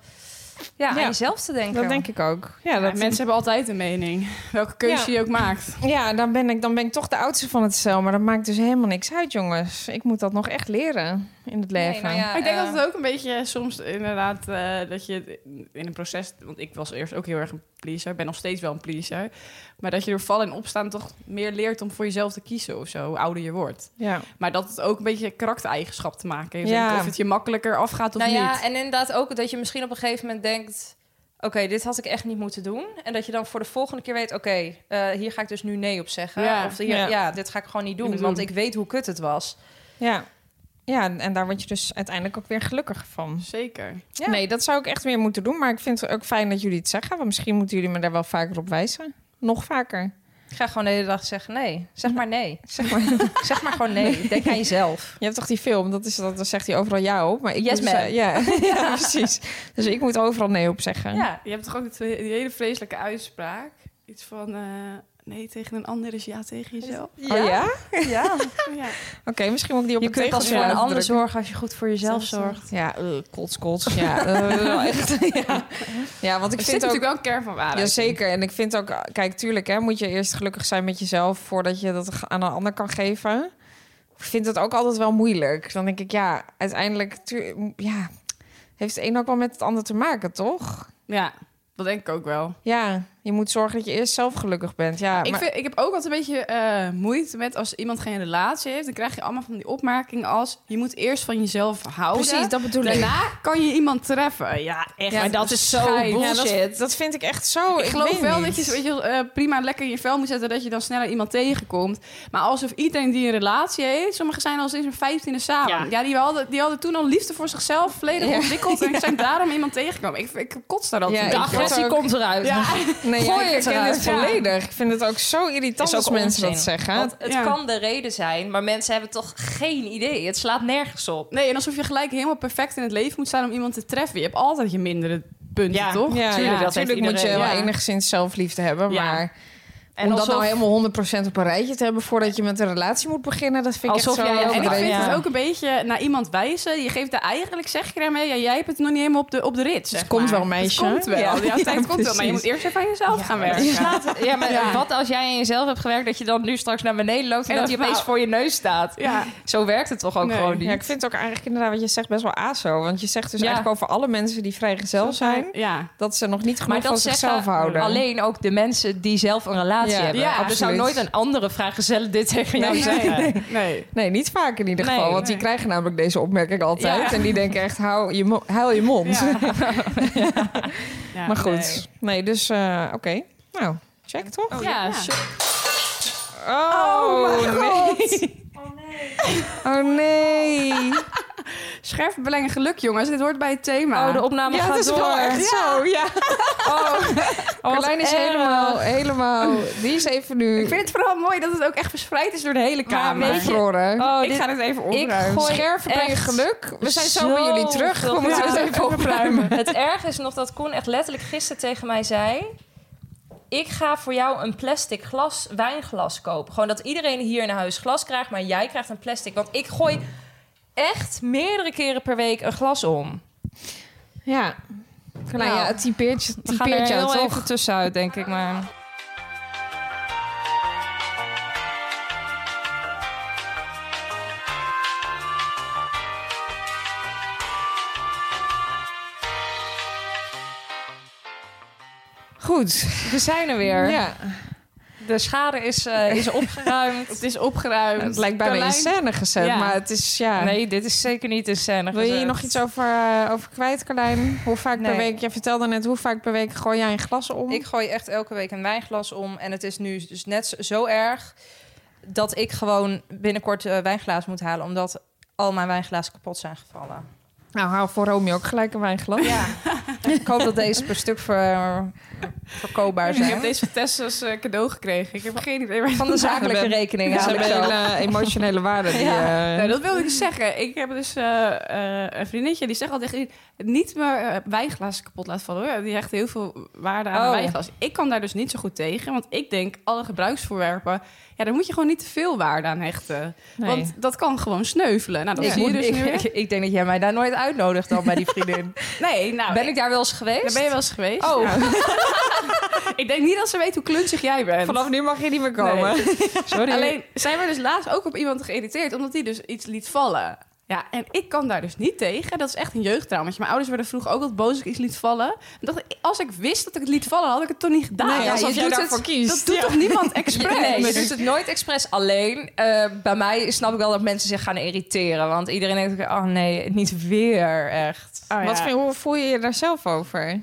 S6: ja, aan
S7: Ja.
S6: jezelf te denken.
S7: dat denk ik ook. Ja, dat,
S5: mensen hebben altijd een mening, welke keuze
S7: Ja.
S5: je ook maakt.
S7: Ja, dan ben, ik, dan ben ik toch de oudste van het cel. Maar dat maakt dus helemaal niks uit, jongens. Ik moet dat nog echt leren in het leven.
S6: Nee, nou ja,
S5: Maar ik denk
S6: eh,
S5: dat het ook een beetje soms inderdaad eh, dat je het in een proces, want ik was eerst ook heel erg een pleaser, ben nog steeds wel een pleaser, maar dat je door vallen en opstaan toch meer leert om voor jezelf te kiezen of zo, hoe ouder je wordt.
S7: ja.
S5: Maar dat het ook een beetje karaktereigenschap te maken heeft,
S7: Ja.
S5: denk ik, of het je makkelijker afgaat of
S6: nou
S5: niet.
S6: ja, en inderdaad ook dat je misschien op een gegeven moment denkt... oké, dit had ik echt niet moeten doen. En dat je dan voor de volgende keer weet... oké, eh, hier ga ik dus nu nee op zeggen.
S5: Ja.
S6: Of hier,
S7: Ja.
S6: ja. dit ga ik gewoon niet doen,
S5: Niet doen.
S6: want ik weet hoe kut het was.
S7: Ja. ja, en- en daar word je dus uiteindelijk ook weer gelukkig van.
S5: Zeker.
S6: Ja.
S7: Nee, dat zou ik echt weer moeten doen. Maar ik vind het ook fijn dat jullie het zeggen. Want misschien moeten jullie me daar wel vaker op wijzen. Nog vaker.
S6: Ik ga gewoon de hele dag zeggen nee. Zeg maar nee. Zeg maar, zeg maar gewoon nee. Denk aan jezelf.
S7: Je hebt toch die film, dat is dat, dan zegt hij overal ja op. Maar ik
S6: Yes,
S7: moet
S6: ma'am.
S7: dus, eh, ja. ja, precies. Dus ik moet overal nee op zeggen.
S6: Ja.
S5: Je hebt toch ook die, twee- die hele vreselijke uitspraak? Iets van eh, nee tegen een ander is ja tegen jezelf.
S7: Oh ja? Oké,
S6: ja.
S5: Ja.
S7: misschien moet ik die op
S6: Je
S7: een
S6: kunt pas
S7: tegeltje
S6: voor een
S7: laten
S6: ander
S7: drukken.
S6: zorgen als je goed voor jezelf zorgt.
S7: Ja, eh, kots, kots. Ja, eh, wel echt. Ja. ja, want ik
S5: Er zit
S7: vind ook...
S5: natuurlijk wel een kern van waarheid. in.
S7: Jazeker. En ik vind ook, kijk, tuurlijk hè, moet je eerst gelukkig zijn met jezelf voordat je dat aan een ander kan geven. Ik vind dat ook altijd wel moeilijk. Dan denk ik, ja, uiteindelijk, tu- ja, heeft het een ook wel met het ander te maken, toch?
S5: Ja, dat denk ik ook wel.
S7: Ja, Je moet zorgen dat je eerst zelf gelukkig bent. Ja,
S5: Ik,
S7: maar-
S5: vind, ik heb ook altijd een beetje eh, moeite met als iemand geen relatie heeft. Dan krijg je allemaal van die opmerkingen als... je moet eerst van jezelf houden.
S7: precies, dat bedoel ik.
S5: Daarna kan je iemand treffen. Ja, echt.
S7: Ja,
S5: maar dat is zo
S7: Ja,
S5: bullshit.
S7: dat, dat vind ik echt zo.
S5: ik geloof
S7: weet
S5: wel
S7: niet.
S5: dat je, zo, weet je eh, prima lekker in je vel moet zetten... dat je dan sneller iemand tegenkomt. Maar alsof iedereen die een relatie heeft... sommigen zijn al sinds hun vijftiende samen. Ja, die, hadden, die hadden toen al liefde voor zichzelf volledig ontwikkeld... en zijn daarom iemand tegengekomen. Ik, ik kots daar altijd
S7: Ja,
S5: een
S7: ik
S5: beetje
S6: De
S5: op.
S6: agressie
S7: ook.
S6: komt eruit.
S5: Ja.
S7: Nee, ja,
S6: Gooi
S7: ik
S6: het
S7: ken
S6: eruit.
S7: dit
S6: Ja.
S7: volledig. Ik vind het ook zo irritant
S6: Is ook
S7: als mensen dat
S6: onzin.
S7: zeggen.
S6: Want het
S5: Ja.
S6: kan de reden zijn, maar mensen hebben toch geen idee. Het slaat nergens op.
S5: Nee, en alsof je gelijk helemaal perfect in het leven moet staan om iemand te treffen. Je hebt altijd je mindere punten,
S6: Ja,
S5: toch?
S7: ja,
S6: tuurlijk, dat heeft
S7: natuurlijk moet je
S6: iedereen,
S7: wel
S5: ja.
S7: enigszins zelfliefde hebben,
S6: Ja.
S7: maar
S6: En
S7: om
S6: alsof-
S7: dat nou helemaal 100% op een rijtje te hebben voordat je met een relatie moet beginnen, dat vind
S6: Alsof
S7: ik echt zo
S6: jij- en
S5: En ik
S7: overdreven.
S5: vind
S7: Ja.
S5: het ook een beetje naar iemand wijzen. Je geeft er eigenlijk, zeg je daarmee, ja, jij hebt het nog niet helemaal op de, op de rit. Zeg
S7: Dus Het komt
S5: maar.
S7: wel, meisje.
S5: Het komt wel. Ja, het
S7: Ja,
S5: komt wel. Maar je moet
S7: precies.
S5: eerst even aan jezelf gaan werken.
S6: Slaat- ja, maar wat als jij aan jezelf hebt gewerkt... dat je dan nu straks naar beneden loopt... en,
S5: En
S6: dat hij
S5: dat
S6: opeens
S5: vrouw-
S6: voor je neus staat.
S5: Ja.
S6: Zo werkt het toch ook
S5: Nee.
S6: gewoon niet?
S7: Ja, ik vind het ook eigenlijk inderdaad wat je zegt best wel aso. Want je zegt dus
S6: Ja.
S7: eigenlijk over alle mensen die vrijgezel zijn,
S5: Ja.
S7: dat ze nog niet
S6: maar
S7: genoeg van
S6: dat
S7: zichzelf
S6: zeggen
S7: houden.
S6: alleen ook de mensen die zelf een relatie
S7: Ja,
S6: hebben.
S5: ja,
S6: er zou
S7: absoluut.
S6: nooit een andere vrijgezel dit tegen jou
S7: Nee,
S6: zeggen.
S5: Nee.
S7: Nee, niet vaak in ieder
S6: Nee,
S7: geval. want die krijgen namelijk deze opmerking altijd.
S5: Ja.
S7: En die denken echt, hou je, mo- huil je mond.
S5: Ja.
S7: Maar goed. Nee, dus eh, oké. Nou, check toch?
S5: Ja,
S6: ja.
S5: shit.
S7: Oh, nee. Oh nee.
S5: scherp belang en geluk, jongens. Dit hoort bij het thema.
S6: Oh, de opname
S7: Ja,
S6: gaat
S7: dat is
S6: door.
S7: wel echt zo. Ja.
S6: Oh, wat
S7: Carlijn is
S6: erg.
S7: helemaal, helemaal... Die is even nu
S5: Ik vind het vooral mooi dat het ook echt verspreid is door de hele kamer.
S6: weet je-
S7: bevroren.
S6: Oh,
S5: ik
S6: dit-
S5: ga het even
S6: ik
S5: opruimen.
S6: gooi
S7: Scherven brengen
S6: echt
S7: geluk. We zijn zo bij
S6: zoveel
S7: jullie terug. We moeten
S6: vragen.
S7: het even opruimen.
S6: Het erg is nog dat Koen echt letterlijk gisteren tegen mij zei... Ik ga voor jou een plastic glas, wijnglas kopen. Gewoon dat iedereen hier in huis glas krijgt, maar jij krijgt een plastic. Want ik gooi echt meerdere keren per week een glas om.
S7: Ja. Nou ja, het typeert, je-
S6: We gaan
S7: typeert
S6: er
S7: jou
S6: heel
S7: toch.
S6: even tussenuit, denk ik. Maar
S7: Goed.
S6: we zijn er weer.
S7: Ja.
S6: De schade is, eh, is opgeruimd.
S5: Het is opgeruimd.
S7: Het lijkt bijna in
S5: Carlijn-
S7: scène gezet,
S5: Ja.
S7: maar het is ja.
S6: Nee, dit is zeker niet in scène
S7: Wil je hier
S6: gezet.
S7: nog iets over, eh, over kwijt, Carlijn? Hoe vaak per
S6: Nee.
S7: week? Je vertelde net hoe vaak per week gooi jij een glas om?
S6: Ik gooi echt elke week een wijnglas om. En het is nu dus net zo- zo erg dat ik gewoon binnenkort eh, wijnglazen moet halen. Omdat al mijn wijnglazen kapot zijn gevallen.
S7: Nou, haal voor Romeo ook gelijk een wijnglas.
S6: Ja. ik hoop dat deze per stuk ver- verkoopbaar
S5: Ik heb
S6: zijn.
S5: deze van Tess als eh, cadeau gekregen. Ik heb geen idee waar
S6: Van de zakelijke rekening
S7: Ze
S6: haal ik
S7: hebben
S6: zo.
S7: een hele emotionele waarde. Die, eh,
S5: Nou, dat wilde ik zeggen. Ik heb dus eh, eh, een vriendinnetje die zegt altijd tegen iedereen, niet mijn wijnglas kapot laat vallen. Hoor. Die hecht heel veel waarde aan
S6: Oh.
S5: een wijnglas. Ik kan daar dus niet zo goed tegen, want ik denk alle gebruiksvoorwerpen, ja, daar moet je gewoon niet te veel waarde aan hechten.
S7: nee.
S5: Want dat kan gewoon sneuvelen. Nou, dat
S6: Ik
S5: zie je
S6: moet-
S5: dus nu
S6: ik,
S5: weer.
S6: ik, ik denk dat jij mij daar nooit uitnodigt dan bij die vriendin.
S5: Nee, nou,
S6: Ben ik daar wel eens
S5: daar
S6: geweest?
S5: ben je wel eens geweest.
S6: Oh.
S5: Nou. ik denk niet dat ze weet hoe klunzig jij bent.
S7: Vanaf nu mag je niet meer komen. Sorry.
S5: Alleen zijn we dus laatst ook op iemand geïrriteerd, omdat die dus iets liet vallen. Ja, en ik kan daar dus niet tegen. Dat is echt een jeugdtraumaatje. Mijn ouders werden vroeger ook altijd boos als ik iets liet vallen. Dan dacht ik, als ik wist dat ik het liet vallen, had ik het toch niet gedaan.
S7: Nee, ja,
S5: Nou Alsof
S7: je doet het-
S5: Dat doet toch niemand expres?
S6: Nee, je
S5: Dus-
S6: doet het nooit expres. Alleen, eh, bij mij snap ik wel dat mensen zich gaan irriteren. Want iedereen denkt, ook, oh nee, niet weer, echt.
S5: Ah,
S7: Wat vind, hoe voel je je daar zelf over?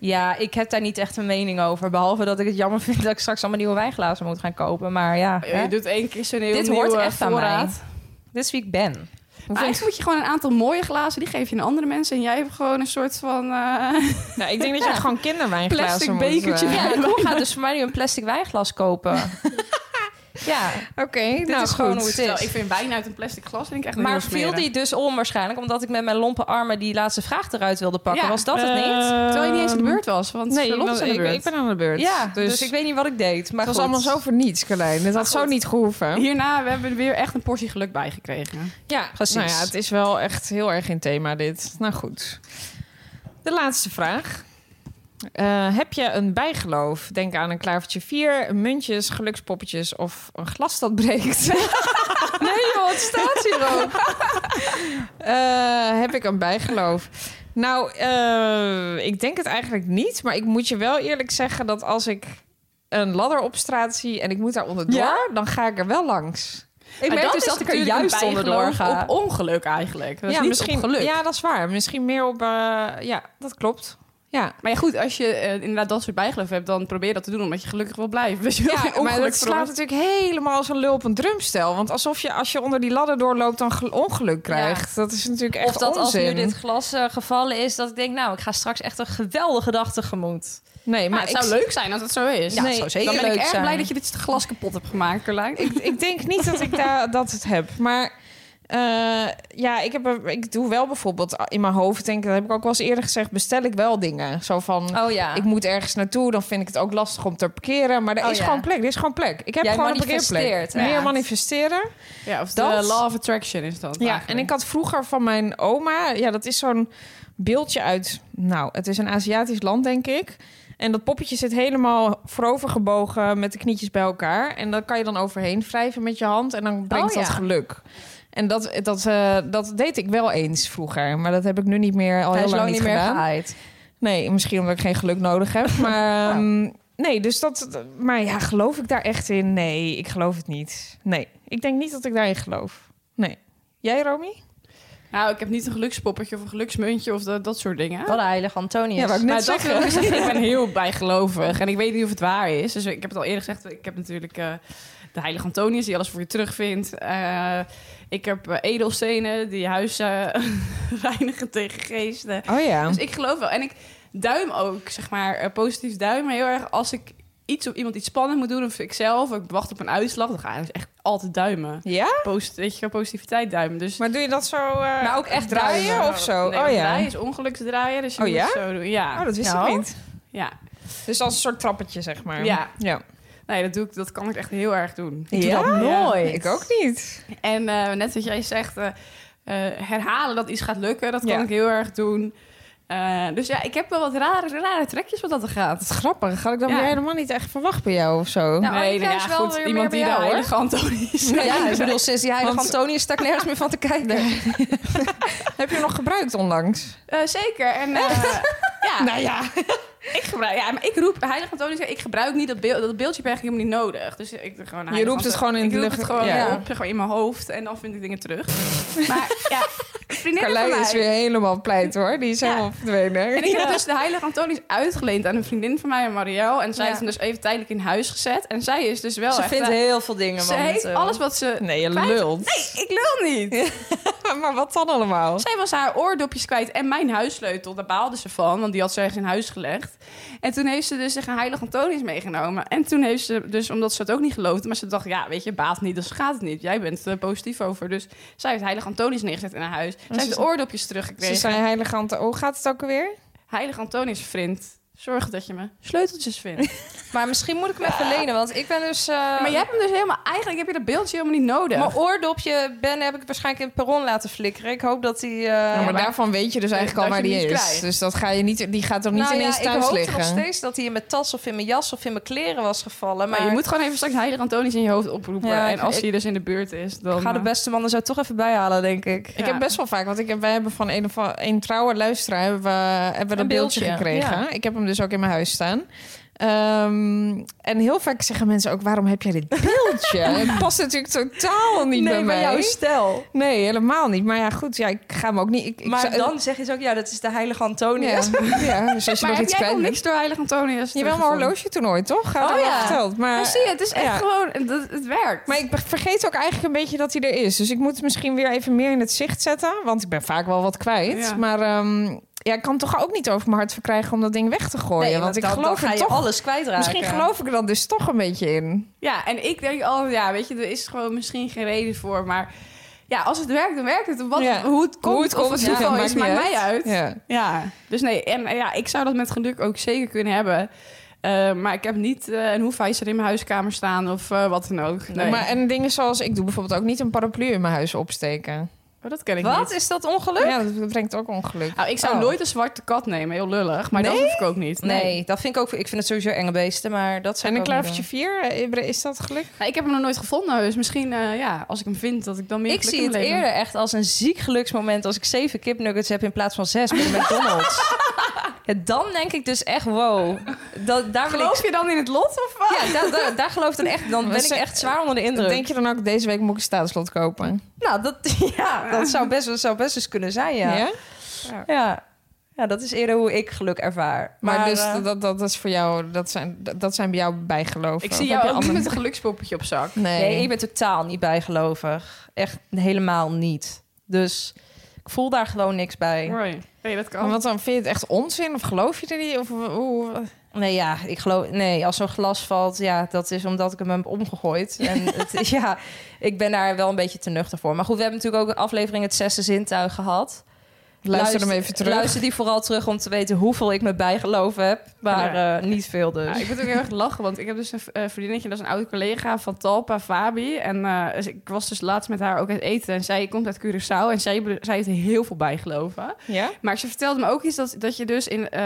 S6: Ja, ik heb daar niet echt een mening over. Behalve dat ik het jammer vind dat ik straks allemaal nieuwe wijnglazen moet gaan kopen. Maar ja,
S5: Ja,
S6: hè?
S5: je doet één keer zo'n heel
S6: Dit
S5: nieuwe
S6: hoort echt aan mij.
S5: voorraad.
S6: dit is wie ik ben.
S5: Maar eigenlijk moet je gewoon een aantal mooie glazen, die geef je aan andere mensen. En jij hebt gewoon een soort van... eh,
S7: Nou, ik denk dat je gewoon kinderwijnglazen
S5: Plastic
S7: moet...
S5: bekertje.
S7: eh,
S5: Ja,
S6: Ja, ik ga dus voor mij nu een plastic wijnglas kopen. ja,
S7: Oké, nou
S6: is
S7: goed.
S6: gewoon hoe het is.
S5: terwijl ik vind wijn uit een plastic glas vind ik echt heel
S6: maar viel
S5: smerig.
S6: die dus om waarschijnlijk... omdat ik met mijn lompe armen die laatste vraag eruit wilde pakken.
S5: Ja.
S6: Was dat het niet? Ehm,
S5: Terwijl je niet eens aan de beurt was, Ehm, want
S7: Nee,
S5: Charlotte is aan de
S7: ik,
S5: beurt.
S7: ik ben aan de beurt.
S6: Ja, dus,
S7: dus,
S6: ik weet niet wat ik deed. Maar
S7: het was
S6: goed.
S7: allemaal zo voor niets, Carlijn. Het had zo niet gehoeven.
S5: Hierna we hebben we weer echt een portie geluk bij gekregen.
S7: Ja,
S6: Precies.
S7: Nou ja, het is wel echt heel erg in thema dit. Nou goed. De laatste vraag. Eh, heb je een bijgeloof? Denk aan een klavertje vier, muntjes, gelukspoppetjes of een glas dat breekt. Eh, nee joh, het staat hier ook. heb ik een bijgeloof? Nou, eh, ik denk het eigenlijk niet. Maar ik moet je wel eerlijk zeggen dat als ik een ladder op straat zie en ik moet daar onderdoor,
S5: Ja?
S7: dan ga ik er wel langs.
S4: Ik merk dus dat ik er juist onderdoor ga.
S5: Op ongeluk eigenlijk. Dat is niet
S7: misschien,
S5: op geluk.
S7: Ja, dat is waar. Misschien meer op. eh, ja, dat klopt. Ja,
S5: Maar ja, goed, als je eh, inderdaad dat soort bijgeloof hebt, dan probeer je dat te doen omdat je gelukkig wil blijven. Dus je wil geen
S7: Ja, maar
S5: ongeluk
S7: dat slaat
S5: veroorzaken.
S7: natuurlijk helemaal als een lul op een drumstel. Want alsof je als je onder die ladder doorloopt dan gel- ongeluk krijgt. Dat is natuurlijk echt
S4: Of dat als nu
S7: onzin.
S4: dit glas eh, gevallen is, dat ik denk, nou, ik ga straks echt een geweldige dag tegemoet.
S7: Nee,
S5: Maar
S7: maar
S5: het zou leuk zijn als het zo is.
S7: Ja, het zou zeker
S5: dan ben ik
S7: leuk
S5: erg
S7: zijn.
S5: blij dat je dit glas kapot hebt gemaakt, Carlijn.
S7: ik, ik denk niet dat ik daar dat het heb. Maar eh, ja, ik, heb, er- ik doe wel bijvoorbeeld in mijn hoofd denken... dat heb ik ook wel eens eerder gezegd, bestel ik wel dingen. Zo van,
S4: Oh ja.
S7: ik moet ergens naartoe, dan vind ik het ook lastig om te parkeren. Maar er
S4: Oh
S7: is
S4: ja.
S7: gewoon plek, er is gewoon plek. Ik heb
S4: Jij
S7: gewoon een parkeerplek.
S4: manifesteert,
S7: Meer
S4: ja.
S7: manifesteren.
S5: Ja, of
S7: dat-
S5: de law of attraction is dat
S7: Ja,
S5: eigenlijk.
S7: en ik had vroeger van mijn oma, ja, dat is zo'n beeldje uit, nou, het is een Aziatisch land, denk ik. En dat poppetje zit helemaal voorover gebogen met de knietjes bij elkaar. En daar kan je dan overheen wrijven met je hand en dan brengt
S5: Oh,
S7: dat
S5: ja.
S7: geluk. En dat, dat, eh, dat deed ik wel eens vroeger, maar dat heb ik nu niet meer, al
S4: Hij
S7: heel
S4: is
S7: lang
S4: lang
S7: niet
S4: niet meer
S7: gedaan.
S4: gehaaid.
S7: nee, misschien omdat ik geen geluk nodig heb, maar...
S4: Oh.
S7: ehm, Nee, dus dat. Maar ja, geloof ik daar echt in? Nee, ik geloof het niet. Nee, ik denk niet dat ik daarin geloof. Nee. Jij, Romy?
S5: Nou, ik heb niet een gelukspoppetje of een geluksmuntje of dat, dat soort dingen.
S4: Wat een heilig Antonius.
S7: Ja, wou ik net
S5: maar dat
S7: zeggen.
S5: wil ik zeggen, ik ben heel bijgelovig. En ik weet niet of het waar is. Dus ik heb het al eerder gezegd. Ik heb natuurlijk eh, de heilige Antonius, die alles voor je terugvindt. Eh, ik heb eh, edelstenen, die huizen reinigen tegen geesten.
S7: Oh ja.
S5: Dus ik geloof wel. En ik duim ook, zeg maar, eh, positief duimen heel erg. Als ik iets op iemand iets spannend moet doen, of ik zelf, of ik wacht op een uitslag, dan ga ik dus echt altijd duimen.
S7: Ja?
S5: Post, weet je, wel, positiviteit duimen. Dus
S7: Maar doe je dat zo... eh,
S4: Maar ook echt
S7: draaien
S4: duimen.
S7: of zo?
S5: nee,
S7: oh
S5: want
S7: ja.
S5: draaien is ongeluksdraaien, dus je
S7: Oh
S5: moet
S7: ja?
S5: het zo doen. Ja,
S7: Oh, dat wist
S4: Nou.
S7: ik niet.
S5: ja.
S7: Dus als een soort trappetje, zeg maar.
S5: Ja.
S7: ja.
S5: Nee, dat, doe ik, dat kan ik echt heel erg doen.
S7: Ik doe Ja? dat
S5: nooit.
S7: Ik ook niet.
S5: En eh, net wat jij zegt, eh, eh, herhalen dat iets gaat lukken, dat kan
S7: Ja.
S5: ik heel erg doen. Eh, dus ja, ik heb wel wat rare, rare trekjes wat dat er gaat.
S7: Dat is grappig. Had ik dan
S5: Ja.
S7: weer helemaal niet echt verwacht bij jou of zo?
S4: Nou, ik
S5: nou
S4: juist wel weer meer
S5: iemand
S4: bij
S5: die
S4: jou,
S5: daar
S4: hoor.
S5: elegant over is.
S4: Ja, ik bedoel, sinds die heilige
S7: Want-
S4: Antonius sta ik nergens meer van te kijken.
S7: Heb je hem nog gebruikt onlangs?
S5: Eh, zeker. En, eh, ja,
S7: Nou ja.
S5: ik gebruik, ja, maar ik roep, heilig Antonius, ik gebruik niet dat, beeld, dat beeldje heb ik eigenlijk helemaal niet nodig. Dus ik doe gewoon Heilig
S7: roept het
S5: Anto-
S7: gewoon in
S5: ik
S7: de
S5: roep
S7: lucht-
S5: het gewoon
S7: ja.
S5: op, zeg maar in mijn hoofd en dan vind ik dingen terug. maar ja, vriendinnen van
S7: Carlijn
S5: mij.
S7: is weer helemaal pleit hoor. Die is
S5: Ja.
S7: helemaal verdwenen.
S5: En ik heb dus de heilige Antonius uitgeleend aan een vriendin van mij, aan Marielle. En zij
S4: Ja.
S5: heeft hem dus even tijdelijk in huis gezet. En zij is dus wel
S4: Ze
S5: echt...
S4: vindt
S5: eh,
S4: heel veel dingen
S5: ze heeft
S4: momenteel.
S5: alles wat ze...
S7: Nee, je
S5: kwijt-
S7: lult.
S5: Nee, ik lul niet.
S7: maar wat dan allemaal?
S5: Zij was haar oordopjes kwijt en mijn huissleutel. Daar baalde ze van, want die had ze ergens in huis gelegd. En toen heeft ze dus zich een heilige Antonius meegenomen. En toen heeft ze dus, omdat ze het ook niet geloofde... maar ze dacht, ja, weet je, baat niet, dus gaat het niet. Jij bent er positief over. Dus zij heeft heilige Antonius neergezet in haar huis. Zij heeft de oordopjes
S7: Ze
S5: teruggekregen.
S7: zijn heilige hand. Hoe gaat het ook alweer?
S5: Heilige Antonius, vriend. Zorg dat je me sleuteltjes vindt.
S4: Maar misschien moet ik hem even lenen, want ik ben dus... eh,
S5: Maar jij hebt hem dus helemaal... Eigenlijk heb je dat beeldje helemaal niet nodig.
S4: Mijn oordopje ben, heb ik waarschijnlijk in het perron laten flikkeren. Ik hoop dat hij... eh,
S7: Ja, maar, daarvan weet je dus eigenlijk al
S5: dat
S7: waar die
S5: je hem
S7: is.
S5: niet krijgt.
S7: Dus dat ga je niet, die gaat hem niet
S4: nou
S7: ineens
S4: ja, ik
S7: thuis
S4: hoopte
S7: liggen.
S4: nog steeds dat hij in mijn tas of in mijn jas of in mijn kleren was gevallen. Maar,
S5: maar je moet gewoon even straks Heilige Antonius in je hoofd oproepen.
S4: Ja,
S5: en
S4: ik-
S5: als
S4: ik-
S5: hij dus in de buurt is, dan...
S4: Ik ga de
S5: eh,
S4: beste man er zo toch even bij halen, denk ik.
S7: Ik
S5: Ja.
S7: heb best wel vaak, want ik heb, wij hebben van een, of a- een trouwe luisteraar hebben we, hebben we dat
S4: Een
S7: beeldje,
S4: beeldje,
S7: gekregen.
S4: ja.
S7: Ik heb hem dus ook in mijn huis staan. Ehm, en heel vaak zeggen mensen ook: waarom heb jij dit beeldje? Het past natuurlijk totaal niet bij mij.
S4: stijl.
S7: Nee, helemaal niet. Maar ja, goed, ja, ik ga hem ook niet. Ik, ik
S4: Maar
S7: zou-
S4: dan zeg je ze ook, ja, dat is de heilige
S7: ja,
S4: Antonius.
S7: ja, dus als je
S5: Maar
S7: nog
S5: heb
S7: iets
S5: jij
S7: kwijt
S5: nog
S7: bent.
S5: niks door Heilige Antonius
S7: Je
S5: dus
S7: wel mijn
S5: teruggevonden?
S7: horloge toernooi, toch? Ga
S4: Oh ja.
S7: verteld. Maar,
S5: Ja, zie je, het is echt
S7: Ja.
S5: gewoon... Het, het werkt.
S7: Maar ik be- vergeet ook eigenlijk een beetje dat hij er is. Dus ik moet het misschien weer even meer in het zicht zetten. Want ik ben vaak wel wat kwijt.
S5: Ja.
S7: Maar ehm, ja, ik kan toch ook niet over mijn hart verkrijgen om dat ding weg te gooien.
S4: Nee,
S7: want ik
S4: dan, dan
S7: geloof
S4: ga
S7: er
S4: je
S7: toch.
S4: alles kwijtraken.
S7: Misschien geloof ik er dan dus toch een beetje in.
S5: Ja, en ik denk al, ja, weet je, er is gewoon misschien geen reden voor. Maar ja, als het werkt, dan werkt het. Wat,
S7: Ja.
S5: Hoe het komt,
S7: het
S5: of
S7: komt,
S5: het
S7: ja,
S5: toeval
S7: maakt
S5: is,
S7: niet
S5: maakt
S7: uit.
S5: mij uit.
S7: Ja.
S5: Ja, dus nee, en eh, ja, ik zou dat met geluk ook zeker kunnen hebben. Eh, maar ik heb niet eh, een hoefijzer in mijn huiskamer staan of eh, wat dan ook. Nee.
S7: Maar, en dingen zoals ik doe bijvoorbeeld ook niet een paraplu in mijn huis opsteken.
S5: Oh, dat ken ik
S6: Wat?
S5: niet.
S6: Is dat ongeluk?
S7: Ja, dat brengt ook ongeluk.
S5: Nou, ik zou
S6: Oh.
S5: nooit een zwarte kat nemen, heel lullig. Maar dat
S6: Nee?
S5: hoef ik ook niet.
S6: Nee, dat vind ik ook... Ik vind het sowieso enge beesten, maar dat zijn
S7: En een
S6: ik ook niet
S7: klavertje 4, is dat geluk?
S5: Nou, ik heb hem nog nooit gevonden, dus misschien eh, ja, als ik hem vind, dat ik dan meer
S6: doen. Ik
S5: geluk
S6: zie
S5: in
S6: het
S5: mijn leven
S6: eerder echt als een ziek geluksmoment... als ik zeven kipnuggets heb in plaats van zes bij de McDonald's. Ja, dan denk ik dus echt, wow. Dat, daar wil
S5: heb.
S6: ik
S5: Geloof je dan in het lot of wat?
S6: Ja, daar, daar, daar geloof ik dan echt. Dan
S7: We
S6: ben ik
S7: zijn-
S6: echt zwaar onder de indruk.
S7: Denk je dan ook, deze week moet ik een staatslot kopen?
S6: nou, dat, ja, dat zou best, dat zou best eens kunnen zijn, ja. Ja? ja. dat is eerder hoe ik geluk ervaar.
S7: Maar,
S6: Maar,
S7: dus
S6: eh,
S7: dat, dat, dat is voor jou, dat zijn, dat, dat zijn bij jou bijgeloven.
S5: Ik zie
S7: Of heb
S5: jou
S7: je
S5: ook niet
S7: andere-
S5: met een gelukspoppetje op zak.
S7: Nee.
S6: nee, ik ben totaal niet bijgelovig. Echt helemaal niet. Dus ik voel daar gewoon niks bij.
S5: Nee, dat
S7: Maar
S5: kan.
S7: wat dan? Vind je het echt onzin? Of geloof je er niet? Of, hoe-
S6: Nee, ja, ik geloof... Nee, als zo'n glas valt, ja, dat is omdat ik hem heb omgegooid. En het, is- ja, ik ben daar wel een beetje te nuchter voor. Maar goed, we hebben natuurlijk ook een aflevering Het Zesde Zintuig gehad.
S7: luister hem even terug.
S6: Luister die vooral terug om te weten hoeveel ik me bijgeloof heb. Maar eh, niet veel dus.
S5: Ja, ik moet ook heel erg lachen, want ik heb dus een v- eh, vriendinnetje, dat is een oud collega van Talpa, Fabi. En eh, dus ik was dus laatst met haar ook uit eten. En zij komt uit Curaçao en zij, be- zij heeft heel veel bijgeloven.
S7: Ja?
S5: Maar ze vertelde me ook iets dat, dat je dus in, eh,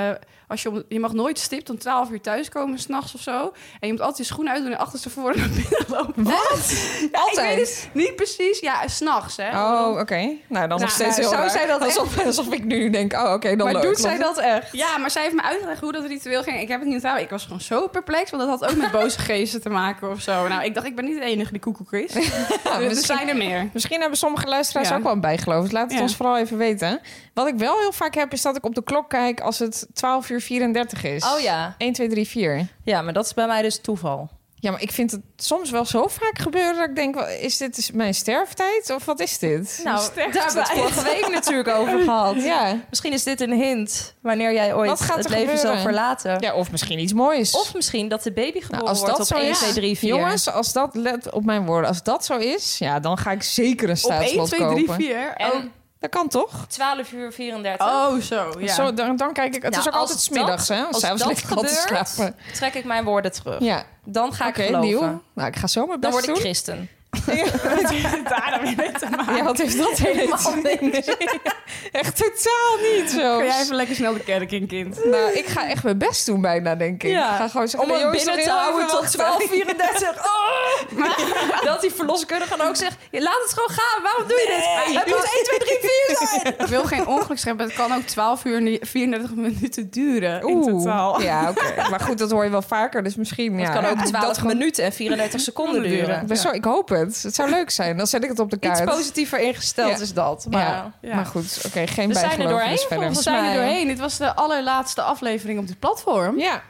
S5: als je, om, je mag nooit stipt om 12 uur thuiskomen, s'nachts of zo. En je moet altijd je schoenen uitdoen en achterstevoren naar binnen lopen. Wat? Ja, ik
S7: Altijd?
S5: weet het niet precies. Ja, eh, s'nachts hè.
S7: Oh, oké. Nou, dan
S5: Nou,
S7: nog steeds
S5: nou,
S7: heel
S5: zou
S7: raar.
S5: zij dat
S7: alsof, alsof ik nu denk, oh, oké, dan
S6: maar
S7: leuk.
S6: doet zij
S7: Want-
S6: dat echt?
S5: Ja, maar zij heeft me uitgelegd hoe dat ritueel ging. Ik heb het niet onthouden. Ik was gewoon zo perplex, want dat had ook met boze geesten te maken of zo. Nou, ik dacht, ik ben niet de enige die koekoek is.
S7: Ja,
S5: dus er
S7: misschien,
S5: zijn er meer.
S7: misschien hebben sommige luisteraars
S5: Ja.
S7: ook wel een bijgeloof. Dus Laat het
S5: Ja.
S7: ons vooral even weten. Wat ik wel heel vaak heb, is dat ik op de klok kijk als het 12 uur 34 is.
S6: Oh ja.
S7: 1, 2, 3, 4.
S6: Ja, maar dat is bij mij dus toeval.
S7: Ja, maar ik vind het soms wel zo vaak gebeuren dat ik denk, wel, is dit mijn sterftijd of wat is dit?
S6: Nou, daar hebben we het vorige week natuurlijk over gehad.
S7: Ja.
S6: Misschien is dit een hint wanneer jij ooit
S7: Wat gaat er
S6: het leven
S7: gebeuren?
S6: zal verlaten.
S7: ja, of misschien iets moois.
S6: Of misschien dat de baby geboren
S7: Nou, als
S6: wordt
S7: dat
S6: op
S7: zo
S6: 1,
S7: is,
S6: 2, 3, 4.
S7: jongens, als dat let op mijn woorden, als dat zo is, ja, dan ga ik zeker een
S5: Op 1,
S7: staatslot
S5: 2, 3,
S7: kopen.
S5: 4. Oh,
S6: En
S7: Dat kan toch?
S6: 12 uur 34.
S5: oh, zo. Ja.
S7: Zo, dan, dan kijk ik. Het
S6: Nou,
S7: is ook
S6: als
S7: altijd smiddags,
S6: dat-
S7: hè?
S6: als
S7: S'avonds
S6: dat
S7: lig ik altijd te
S6: gebeurt,
S7: slapen.
S6: Trek ik mijn woorden terug.
S7: Ja,
S6: Dan ga ik
S7: oké,
S6: geloven.
S7: nieuw. Nou, ik ga zo mijn
S6: Dan
S7: best
S6: word
S7: doen.
S6: ik christen.
S7: Ja, wat heeft dat helemaal Echt totaal niet zo.
S5: Kun jij even lekker snel de kerk in, kind?
S7: Nou, ik ga echt mijn best doen bijna, denk ik.
S6: Ja.
S7: Ik ga gewoon zeggen,
S6: Om
S7: nee,
S6: hem
S7: jongens,
S6: binnen te
S7: nog heel
S6: houden
S7: even
S6: tot 1234. Oh! dat die verloskundige dan ook zegt... "Je Laat het gewoon gaan, waarom doe je dit? Het moet 1, 2, 3, 4 zijn!
S5: Ik wil geen ongeluk scheppen. Het kan ook 12 uur en 34 minuten duren in
S7: Oeh.
S5: totaal.
S7: Ja, oké. Maar goed, dat hoor je wel vaker, dus misschien.
S6: Het
S7: ja.
S6: kan ook 12 minuten en 34 seconden
S7: Ik,
S6: duren.
S7: ben zo, ik hoop het. Het zou leuk zijn. Dan zet ik het op de
S6: Iets
S7: kaart.
S6: positiever ingesteld
S7: Ja.
S6: is dat. Maar
S7: Ja.
S5: Ja.
S7: Maar goed, oké, geen
S6: We zijn er
S7: bijgeloof,
S6: doorheen,
S7: dus verder.
S5: We
S6: volgens
S5: zijn er
S6: mij.
S5: doorheen. Dit was de allerlaatste aflevering op dit platform.
S7: Ja,
S5: Wij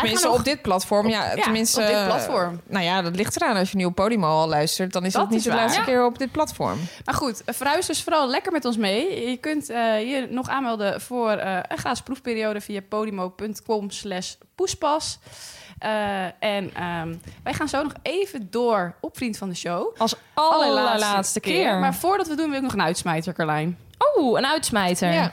S5: gaan
S7: tenminste
S5: nog-
S7: op dit platform. Ja,
S5: ja,
S7: tenminste,
S5: op dit
S7: eh,
S5: platform.
S7: nou ja, dat ligt eraan. Als je nu op Podimo al luistert, dan is
S5: Dat
S7: het niet
S5: is
S7: de
S5: waar.
S7: laatste
S5: Ja.
S7: keer op dit platform.
S5: Maar goed, verhuis dus vooral lekker met ons mee. Je kunt eh, je nog aanmelden voor eh, een gratis proefperiode via podimo.com slash poespas. Eh, en ehm, wij gaan zo nog even door op Vriend van de Show.
S6: Als allerlaatste keer.
S5: Maar voordat we doen wil ik nog een uitsmijter, Carlijn. Nou,
S6: Oh, een uitsmijter.
S7: Ja.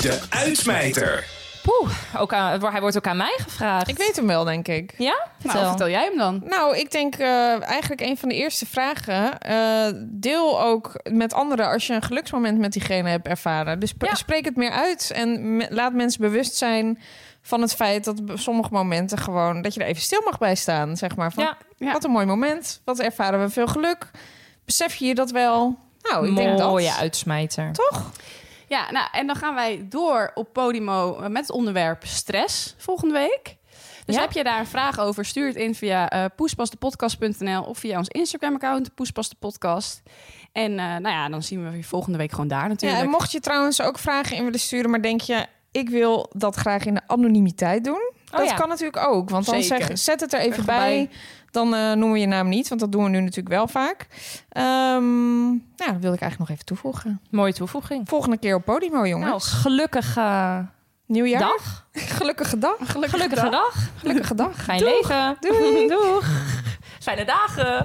S3: De uitsmijter.
S6: Poeh, ook aan- hij wordt ook aan mij gevraagd.
S7: Ik weet hem wel, denk ik.
S6: Ja?
S5: Vertel.
S6: Vertel.
S5: Nou, vertel jij hem dan.
S7: Nou, ik denk eh, eigenlijk een van de eerste vragen. eh, deel ook met anderen als je een geluksmoment met diegene hebt ervaren. Dus pr-
S6: Ja.
S7: spreek het meer uit en me- laat mensen bewust zijn van het feit dat b- sommige momenten gewoon dat je er even stil mag bij staan. Zeg maar van
S6: Ja,
S5: ja.
S7: wat een mooi moment. Wat ervaren we veel geluk. Besef je je dat wel? Nou, ik denk dat.
S6: Mooie uitsmijter.
S7: Toch?
S5: Ja, nou, en dan gaan wij door op Podimo eh, met het onderwerp stress volgende week. Dus
S6: Ja.
S5: heb je daar een vraag over, stuur het in via eh poespasdepodcast.nl of via ons Instagram-account, poespasdepodcast. En eh, nou ja, dan zien we je volgende week gewoon daar natuurlijk.
S7: Ja, en mocht je trouwens ook vragen in willen sturen, maar denk je, ik wil dat graag in de anonimiteit doen.
S6: Oh
S7: dat
S6: ja.
S7: kan natuurlijk ook, want dan
S5: Zeker.
S7: zeg, zet het er even
S5: Echt
S7: bij.
S5: bij.
S7: Dan eh, noemen we je naam niet, want dat doen we nu natuurlijk wel vaak. Ehm ja, dat wilde ik eigenlijk nog even toevoegen.
S6: Mooie toevoeging.
S7: Volgende keer op Podimo, jongens.
S6: Nou, gelukkig eh,
S7: Nieuwjaar.
S6: dag.
S7: Gelukkige dag. Gelukkige,
S6: Gelukkige dag.
S7: Gelukkige dag.
S6: Fijn leven.
S7: Doei.
S6: Doeg. Fijne dagen.